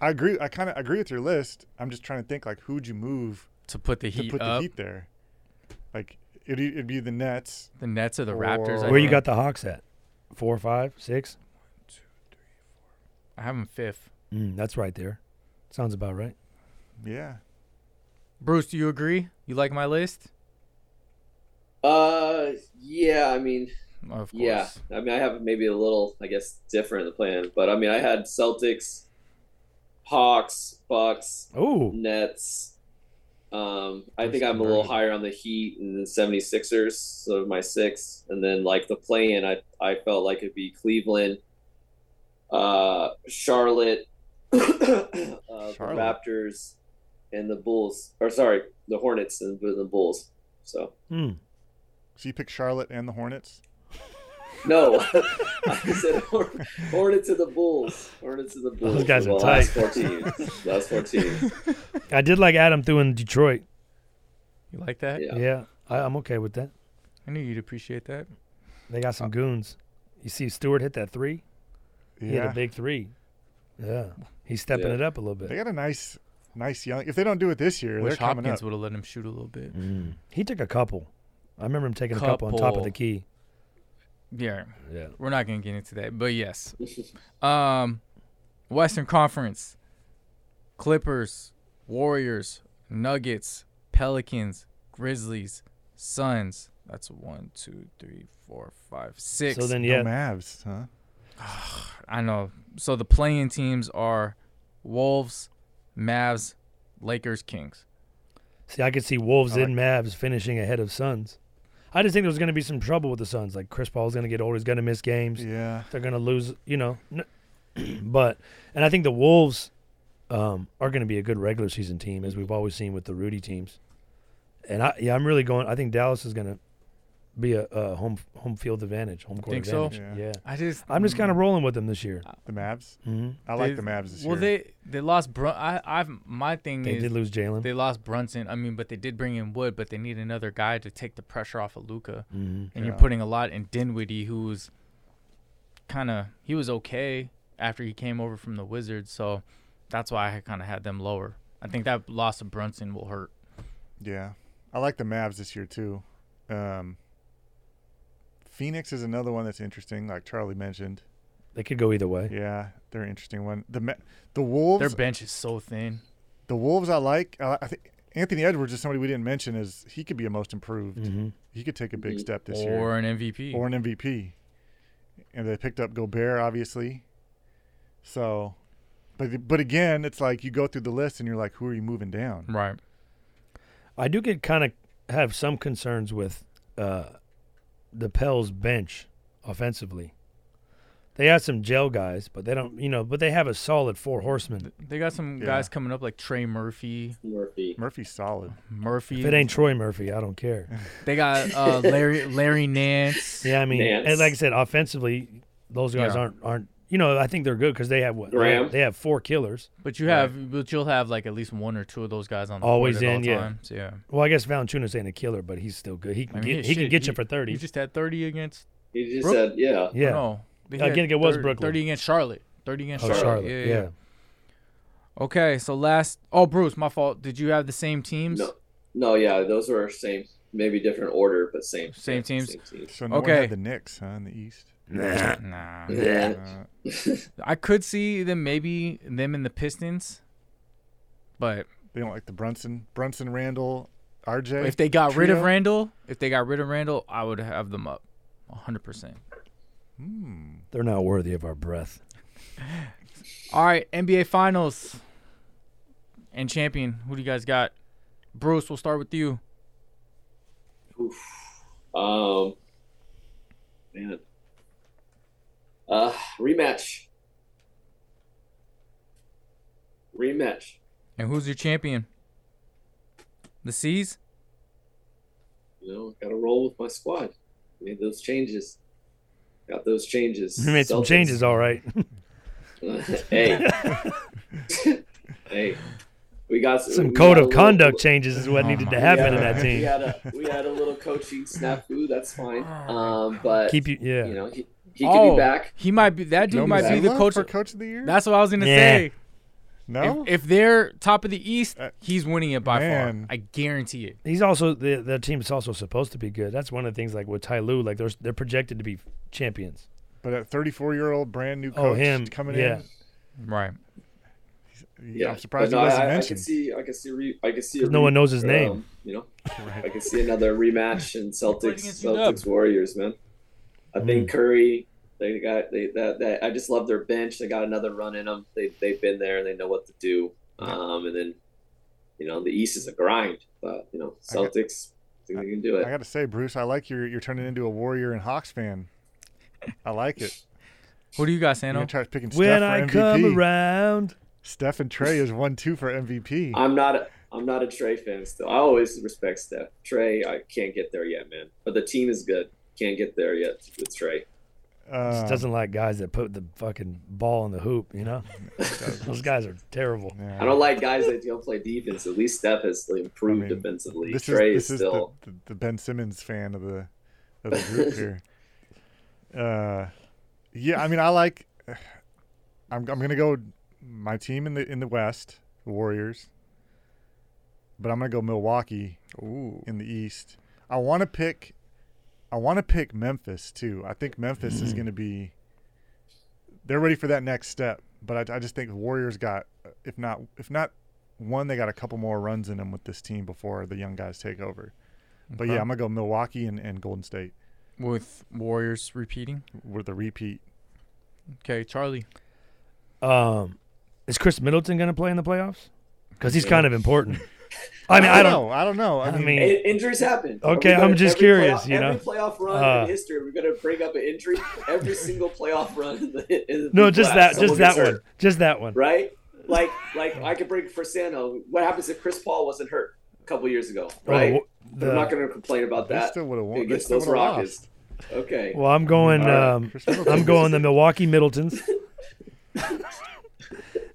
Speaker 4: I agree. I kind of agree with your list. I'm just trying to think like who'd you move
Speaker 1: to put the
Speaker 4: to
Speaker 1: heat
Speaker 4: put
Speaker 1: up.
Speaker 4: the Heat there? Like it'd, e, it'd be the Nets.
Speaker 1: The Nets or the
Speaker 4: Or-
Speaker 1: Raptors. I
Speaker 3: Where you
Speaker 1: think.
Speaker 3: got the Hawks at? Four, five, six.
Speaker 1: I have them fifth.
Speaker 3: Mm, that's right there. Sounds about right.
Speaker 4: Yeah,
Speaker 1: Bruce, do you agree? You like my list?
Speaker 2: uh, yeah, I mean,
Speaker 1: Of course.
Speaker 2: yeah. I mean, I have maybe a little, I guess, different the plan, but I mean, I had Celtics, Hawks, Bucks,
Speaker 3: Oh,
Speaker 2: Nets. Um, I
Speaker 3: First
Speaker 2: think I'm a little
Speaker 3: conversion.
Speaker 2: higher on the Heat and the 76ers, so my six. And then like the play in, I, I felt like it'd be Cleveland, uh, Charlotte, uh, the
Speaker 4: Charlotte.
Speaker 2: Raptors, and the Bulls. Or sorry, the Hornets and the Bulls. So
Speaker 4: so you pick Charlotte and the Hornets.
Speaker 2: no, I said Hor- Hornets and the Bulls. Hornets and the Bulls.
Speaker 3: guys are
Speaker 2: Well, Last four teams. Last four teams.
Speaker 3: I did like Adam threw in Detroit.
Speaker 1: You like that?
Speaker 2: Yeah.
Speaker 3: Yeah, I, I'm okay with that.
Speaker 1: I knew you'd appreciate that.
Speaker 3: They got some goons. You see, Stewart hit that three. He hit
Speaker 4: Yeah,
Speaker 3: a big three. Yeah, he's stepping
Speaker 2: Yeah.
Speaker 3: it up a little bit.
Speaker 4: they got a nice, nice young. If they don't do it this year,
Speaker 1: Wish
Speaker 4: they're coming
Speaker 1: Hopkins
Speaker 4: up.
Speaker 1: would have let him shoot a little bit.
Speaker 3: Mm-hmm. He took a couple. I remember him taking a couple on top of the
Speaker 1: Couple.
Speaker 3: key.
Speaker 1: Yeah,
Speaker 3: Yeah.
Speaker 1: we're not gonna get into that, but yes. Um, Western Conference, Clippers, Warriors, Nuggets, Pelicans, Grizzlies, Suns. That's one, two, three, four, five, six.
Speaker 3: So then,
Speaker 4: No
Speaker 3: yeah,
Speaker 4: Mavs, huh?
Speaker 1: I know. So the playing teams are Wolves, Mavs, Lakers, Kings.
Speaker 3: see, I could see Wolves
Speaker 4: I
Speaker 3: and Mavs finishing ahead of Suns. I just think there's going to be some trouble with the Suns. Like Chris Paul's going to get older. He's going to miss games.
Speaker 4: Yeah.
Speaker 3: They're going to lose. You know, N- but and I think the Wolves um, are going to be a good regular season team, as we've always seen with the Rudy teams. And I, yeah, I'm really going. I think Dallas is going to be a, a home home field advantage, home court
Speaker 1: Think so? Mm-hmm.
Speaker 3: advantage.
Speaker 4: Yeah.
Speaker 3: yeah.
Speaker 1: I just
Speaker 3: I'm just kind of rolling with them this year.
Speaker 4: The Mavs.
Speaker 3: Mm-hmm.
Speaker 4: I like the Mavs this
Speaker 1: well,
Speaker 4: year.
Speaker 1: they they lost. Brun- I I've my thing
Speaker 3: They
Speaker 1: is
Speaker 3: did lose Jalen.
Speaker 1: they lost Brunson. I mean, but they did bring in Wood, but they need another guy to take the pressure off of Luca.
Speaker 3: mm-hmm.
Speaker 1: And you're
Speaker 4: Yeah.
Speaker 1: putting a lot in Dinwiddie, who's kind of he was okay after he came over from the Wizards, so that's why I kind of had them lower. I think that loss of Brunson will hurt.
Speaker 4: yeah, I like the Mavs this year too. Um, Phoenix is another one that's interesting, like Charlie mentioned.
Speaker 3: They could go either way.
Speaker 4: Yeah, they're an interesting one. The Ma- the Wolves,
Speaker 1: Their bench is so thin.
Speaker 4: the Wolves, I like. uh, I, I think Anthony Edwards is somebody we didn't mention. Is he could be a most improved.
Speaker 3: Mm-hmm.
Speaker 4: He could take a big
Speaker 2: Mhm.
Speaker 4: step this year,
Speaker 1: Or an MVP.
Speaker 4: or an MVP. And they picked up Gobert, obviously. So, but but again, it's like you go through the list and you're like, who are you moving down?
Speaker 1: right.
Speaker 3: I do get kind of have some concerns with uh, the Pels bench offensively. They have some gel guys, but they don't, you know, but they have a solid four horsemen.
Speaker 1: They got some
Speaker 4: Yeah.
Speaker 1: guys coming up like Trey Murphy,
Speaker 2: Murphy.
Speaker 4: Murphy's solid.
Speaker 1: Murphy.
Speaker 3: If it ain't Troy Murphy, I don't care.
Speaker 1: They got uh, Larry Larry Nance.
Speaker 3: Yeah, I mean,
Speaker 2: Nance.
Speaker 3: and like I said, offensively, those guys
Speaker 1: Yeah.
Speaker 3: aren't aren't. You know, I think they're good because they have what They
Speaker 2: Graham.
Speaker 3: have, they have four killers.
Speaker 1: But you have, but you'll have like at least one or two of those guys on the
Speaker 3: Always
Speaker 1: court at
Speaker 3: in,
Speaker 1: all
Speaker 3: yeah.
Speaker 1: times. Yeah,
Speaker 3: Well, I guess Valanciunas ain't a killer, but he's still good. He can
Speaker 1: I mean,
Speaker 3: get he can
Speaker 1: shit,
Speaker 3: get you for
Speaker 1: He
Speaker 3: thirty.
Speaker 1: just had thirty against.
Speaker 2: He just
Speaker 1: Brook-
Speaker 2: said, yeah.
Speaker 3: yeah.
Speaker 1: No, they
Speaker 3: I
Speaker 1: had
Speaker 3: think it was
Speaker 1: 30
Speaker 3: Brooklyn.
Speaker 1: Thirty against Charlotte. Thirty against
Speaker 3: Oh,
Speaker 2: Charlotte,
Speaker 1: Charlotte.
Speaker 3: Charlotte.
Speaker 1: Yeah,
Speaker 3: Yeah.
Speaker 1: yeah. Okay, so last. Oh, Bruce, my fault. Did you have the same teams?
Speaker 2: No, no, yeah. Those were same, maybe different order, but same.
Speaker 1: Same
Speaker 2: yeah,
Speaker 1: teams.
Speaker 2: Same teams.
Speaker 4: So no one
Speaker 1: Okay.
Speaker 4: had the Knicks huh, in the East.
Speaker 1: Nah.
Speaker 2: Yeah.
Speaker 4: Uh,
Speaker 1: I could see them maybe them in the Pistons, but
Speaker 4: they don't like the Brunson, Brunson, Randall, RJ.
Speaker 1: if they got rid of
Speaker 4: Trio?
Speaker 1: Randall, if they got rid of Randall, I would have them up, hundred percent.
Speaker 4: Hmm.
Speaker 3: They're not worthy of our breath.
Speaker 1: All right, NBA Finals and champion. Who do you guys got? Bruce, we'll start with you.
Speaker 2: Um, man. Uh, rematch. Rematch.
Speaker 1: And who's your champion? The C's?
Speaker 2: You know, got to roll with my squad. Made those changes. Got those changes.
Speaker 3: We made some
Speaker 2: Celtics.
Speaker 3: changes, all right.
Speaker 2: hey, hey, we got
Speaker 3: some
Speaker 2: we
Speaker 3: code
Speaker 2: got a
Speaker 3: of
Speaker 2: little-
Speaker 3: conduct changes is what
Speaker 1: Oh
Speaker 3: needed to
Speaker 1: my
Speaker 3: happen in
Speaker 2: Uh-huh. Yeah.
Speaker 3: that
Speaker 2: We had
Speaker 3: team.
Speaker 2: a we had a little coaching snafu. That's fine. Um, but
Speaker 3: Keep you, yeah.
Speaker 2: you know he, he could
Speaker 1: oh,
Speaker 2: be back.
Speaker 1: he might be. That dude
Speaker 4: No
Speaker 1: might be the
Speaker 4: Mazzulla
Speaker 1: coach.
Speaker 4: for coach of the year.
Speaker 1: That's what I was gonna
Speaker 3: Yeah.
Speaker 1: say.
Speaker 4: no.
Speaker 1: If, if they're top of the East,
Speaker 4: Uh,
Speaker 1: he's winning it by
Speaker 4: man.
Speaker 1: far. I guarantee it.
Speaker 3: He's also the the team's also supposed to be good. That's one of the things like with Ty Lue, like they're they're projected to be champions.
Speaker 4: but a 34 year old brand new coach
Speaker 3: Oh, him,
Speaker 4: coming
Speaker 3: yeah.
Speaker 1: Right.
Speaker 4: in.
Speaker 2: Yeah,
Speaker 4: I'm surprised
Speaker 2: But
Speaker 4: he
Speaker 2: no,
Speaker 4: wasn't
Speaker 2: I, I can
Speaker 4: mentioned.
Speaker 2: see I can see re, I can see a
Speaker 3: 'Cause no one knows his
Speaker 2: um,
Speaker 3: name.
Speaker 2: you know,
Speaker 4: Right.
Speaker 2: I can see another rematch in Celtics
Speaker 1: against UW.
Speaker 2: Celtics Warriors, man. I
Speaker 4: Mm.
Speaker 2: think Curry. They got they that, that I just love their bench. They got another run in them. They they've been there and they know what to do. Um, and then you know the East is a grind, but you know
Speaker 4: I got-
Speaker 2: Celtics. I think they can do
Speaker 4: I
Speaker 2: it.
Speaker 4: got to say, Bruce, I like your you're turning into a Warrior and Hawks fan. I like it.
Speaker 1: Who do you got,
Speaker 4: You're gonna
Speaker 1: Sano?
Speaker 4: try picking Steph
Speaker 3: When
Speaker 4: for
Speaker 3: I
Speaker 4: MVP.
Speaker 3: come around,
Speaker 4: Steph and Trey is one two for MVP.
Speaker 2: I'm not a, I'm not a Trey fan still. I always respect Steph. Trey, I can't get there yet, man. But the team is good. Can't get there yet with Trey. Uh.
Speaker 4: Um,
Speaker 3: just doesn't like guys that put the fucking ball in the hoop. You know, those guys are terrible.
Speaker 4: yeah.
Speaker 2: I don't like guys that don't play defense. At least Steph has improved
Speaker 4: I mean,
Speaker 2: defensively.
Speaker 4: This
Speaker 2: Trey
Speaker 4: is
Speaker 2: is,
Speaker 4: this is
Speaker 2: still.
Speaker 4: the, the, the Ben Simmons fan of the of the group here. Uh, yeah, I mean, I like. I'm I'm gonna go my team in the in the West, the Warriors. But I'm gonna go Milwaukee
Speaker 1: Ooh.
Speaker 4: in the East. I want to pick. I want to pick Memphis too. I think Memphis is going to be. They're ready for that next step, but I, I just think the Warriors got, if not if not one, they got a couple more runs in them with this team before the young guys take over. But yeah,
Speaker 1: Okay.
Speaker 4: I'm gonna go Milwaukee and, and Golden State
Speaker 1: With Warriors repeating.
Speaker 4: with the repeat.
Speaker 1: Okay, Charlie.
Speaker 3: Um, is Chris Middleton going to play in the playoffs? Because he's kind of important. I mean, I don't.
Speaker 4: know. I don't know. I
Speaker 3: I
Speaker 4: mean,
Speaker 3: mean,
Speaker 2: In- injuries happen. Are
Speaker 3: Okay,
Speaker 2: we gonna-
Speaker 3: I'm just
Speaker 2: every
Speaker 3: curious,
Speaker 2: playoff-
Speaker 3: you know?
Speaker 2: every playoff run
Speaker 3: Uh,
Speaker 2: in history, we're gonna bring up an injury. Every single playoff run. In the, in the
Speaker 3: no, just
Speaker 2: playoffs,
Speaker 3: that, just
Speaker 2: someone
Speaker 3: that
Speaker 2: gets
Speaker 3: one,
Speaker 2: hurt,
Speaker 3: just that one.
Speaker 2: right? Like, like I could bring for Sano. What happens if Chris Paul wasn't hurt a couple years ago?
Speaker 3: Oh,
Speaker 2: Right?
Speaker 3: the-
Speaker 2: They're not gonna complain about
Speaker 4: they
Speaker 2: that
Speaker 4: still would have won. They
Speaker 2: against
Speaker 4: still
Speaker 2: those
Speaker 4: would have
Speaker 2: Rockets.
Speaker 4: lost.
Speaker 2: Okay.
Speaker 3: well, I'm going.
Speaker 2: right,
Speaker 3: Um,
Speaker 4: Chris Middleton.
Speaker 3: I'm going the Milwaukee Middletons,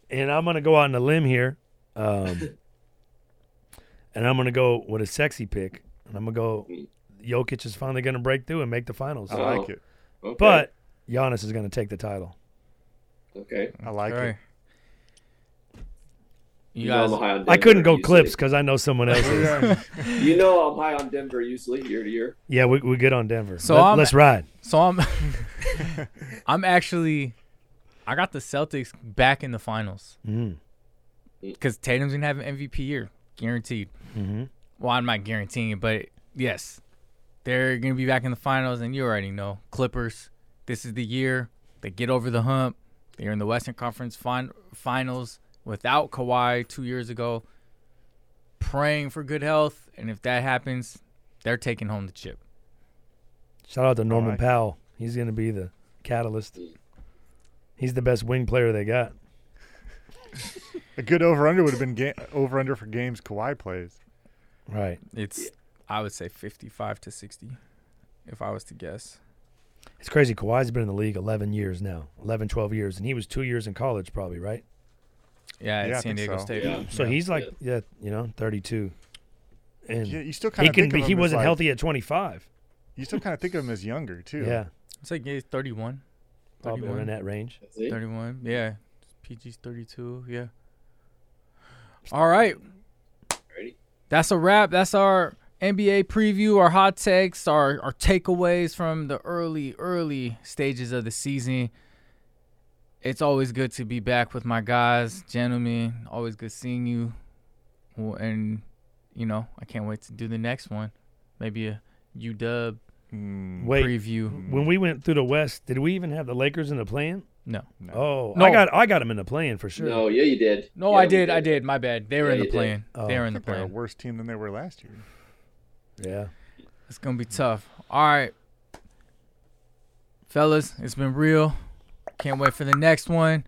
Speaker 3: and I'm going to go out on a limb here, um, and I'm going to go with a sexy pick, and I'm going to go. Jokic is finally going to break through and make the finals,
Speaker 4: I
Speaker 2: Oh,
Speaker 4: like it.
Speaker 2: okay.
Speaker 3: but Giannis is going to take the title.
Speaker 2: okay.
Speaker 4: I like
Speaker 1: Okay.
Speaker 4: it.
Speaker 1: You guys.
Speaker 2: know I'm high on
Speaker 3: I
Speaker 2: Denver
Speaker 3: couldn't go
Speaker 2: usually.
Speaker 3: clips because I know someone else is.
Speaker 4: Yeah.
Speaker 2: You know I'm high on Denver usually year to year.
Speaker 3: Yeah, we we good on Denver.
Speaker 1: So
Speaker 3: Let,
Speaker 1: I'm-
Speaker 3: let's ride.
Speaker 1: So I'm. I'm actually. I got the Celtics back in the finals
Speaker 3: Mm.
Speaker 1: because Tatum's gonna have an MVP year, guaranteed.
Speaker 3: hmm
Speaker 1: Well, I'm not guaranteeing it, but yes, they're gonna be back in the finals, and you already know Clippers. This is the year they get over the hump. They're in the Western Conference fin- Finals without Kawhi two years ago. Praying for good health, and if that happens, they're taking home the chip.
Speaker 3: Shout out to Norman
Speaker 4: like it.
Speaker 3: Powell. He's going to be the catalyst. He's the best wing player they got.
Speaker 4: A good over under would have been ga- over under for games Kawhi plays.
Speaker 3: Right.
Speaker 1: It's I would say 55 to 60 if I was to guess.
Speaker 3: It's crazy. Kawhi's been in the league 11 years now, 11, 12 years, and he was two years in college, probably, right?
Speaker 1: Yeah, at
Speaker 4: Yeah,
Speaker 1: San
Speaker 4: I think
Speaker 1: Diego
Speaker 4: so.
Speaker 1: State.
Speaker 2: Yeah.
Speaker 3: So he's like, yeah, you know, 32. And
Speaker 4: Yeah, you still kind
Speaker 3: he
Speaker 4: of
Speaker 3: can
Speaker 4: Think
Speaker 3: be,
Speaker 4: of
Speaker 3: he
Speaker 4: him as,
Speaker 3: wasn't
Speaker 4: like-
Speaker 3: healthy at 25.
Speaker 4: You still kind of think of him as younger too.
Speaker 3: Yeah,
Speaker 1: It's like yeah, he's 31.
Speaker 3: probably
Speaker 1: 31.
Speaker 3: in that range.
Speaker 2: See?
Speaker 1: 31. Yeah. PG's 32. Yeah. All right.
Speaker 2: Ready?
Speaker 1: That's a wrap. That's our NBA preview, our hot takes, our, our takeaways from the early, early stages of the season. It's always good to be back with my guys, gentlemen. Always good seeing you. Well, And, you know, I can't wait to do the next one. Maybe a UW
Speaker 4: Mm,
Speaker 3: Wait,
Speaker 1: preview.
Speaker 3: when we went through the West, did we even have the Lakers in the plan?
Speaker 1: No.
Speaker 4: No.
Speaker 3: Oh,
Speaker 1: No.
Speaker 3: I got I got him in the plan for sure.
Speaker 2: No, yeah, you did.
Speaker 1: No,
Speaker 2: Yeah,
Speaker 1: I
Speaker 2: we
Speaker 1: did. I did. My bad. They were
Speaker 2: Yeah,
Speaker 1: in the
Speaker 2: you did.
Speaker 1: plan.
Speaker 3: Oh.
Speaker 1: They were
Speaker 4: I
Speaker 1: in the
Speaker 4: think they're a
Speaker 1: plan.
Speaker 4: worse team than they were last year.
Speaker 3: Yeah.
Speaker 1: It's gonna be tough. All right, fellas, it's been real. Can't wait for the next one.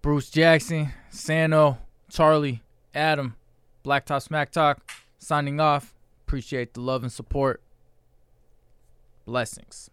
Speaker 1: Bruce Jackson, Sano, Charlie, Adam, Black Top Smack Talk, signing off. Appreciate the love and support. Blessings.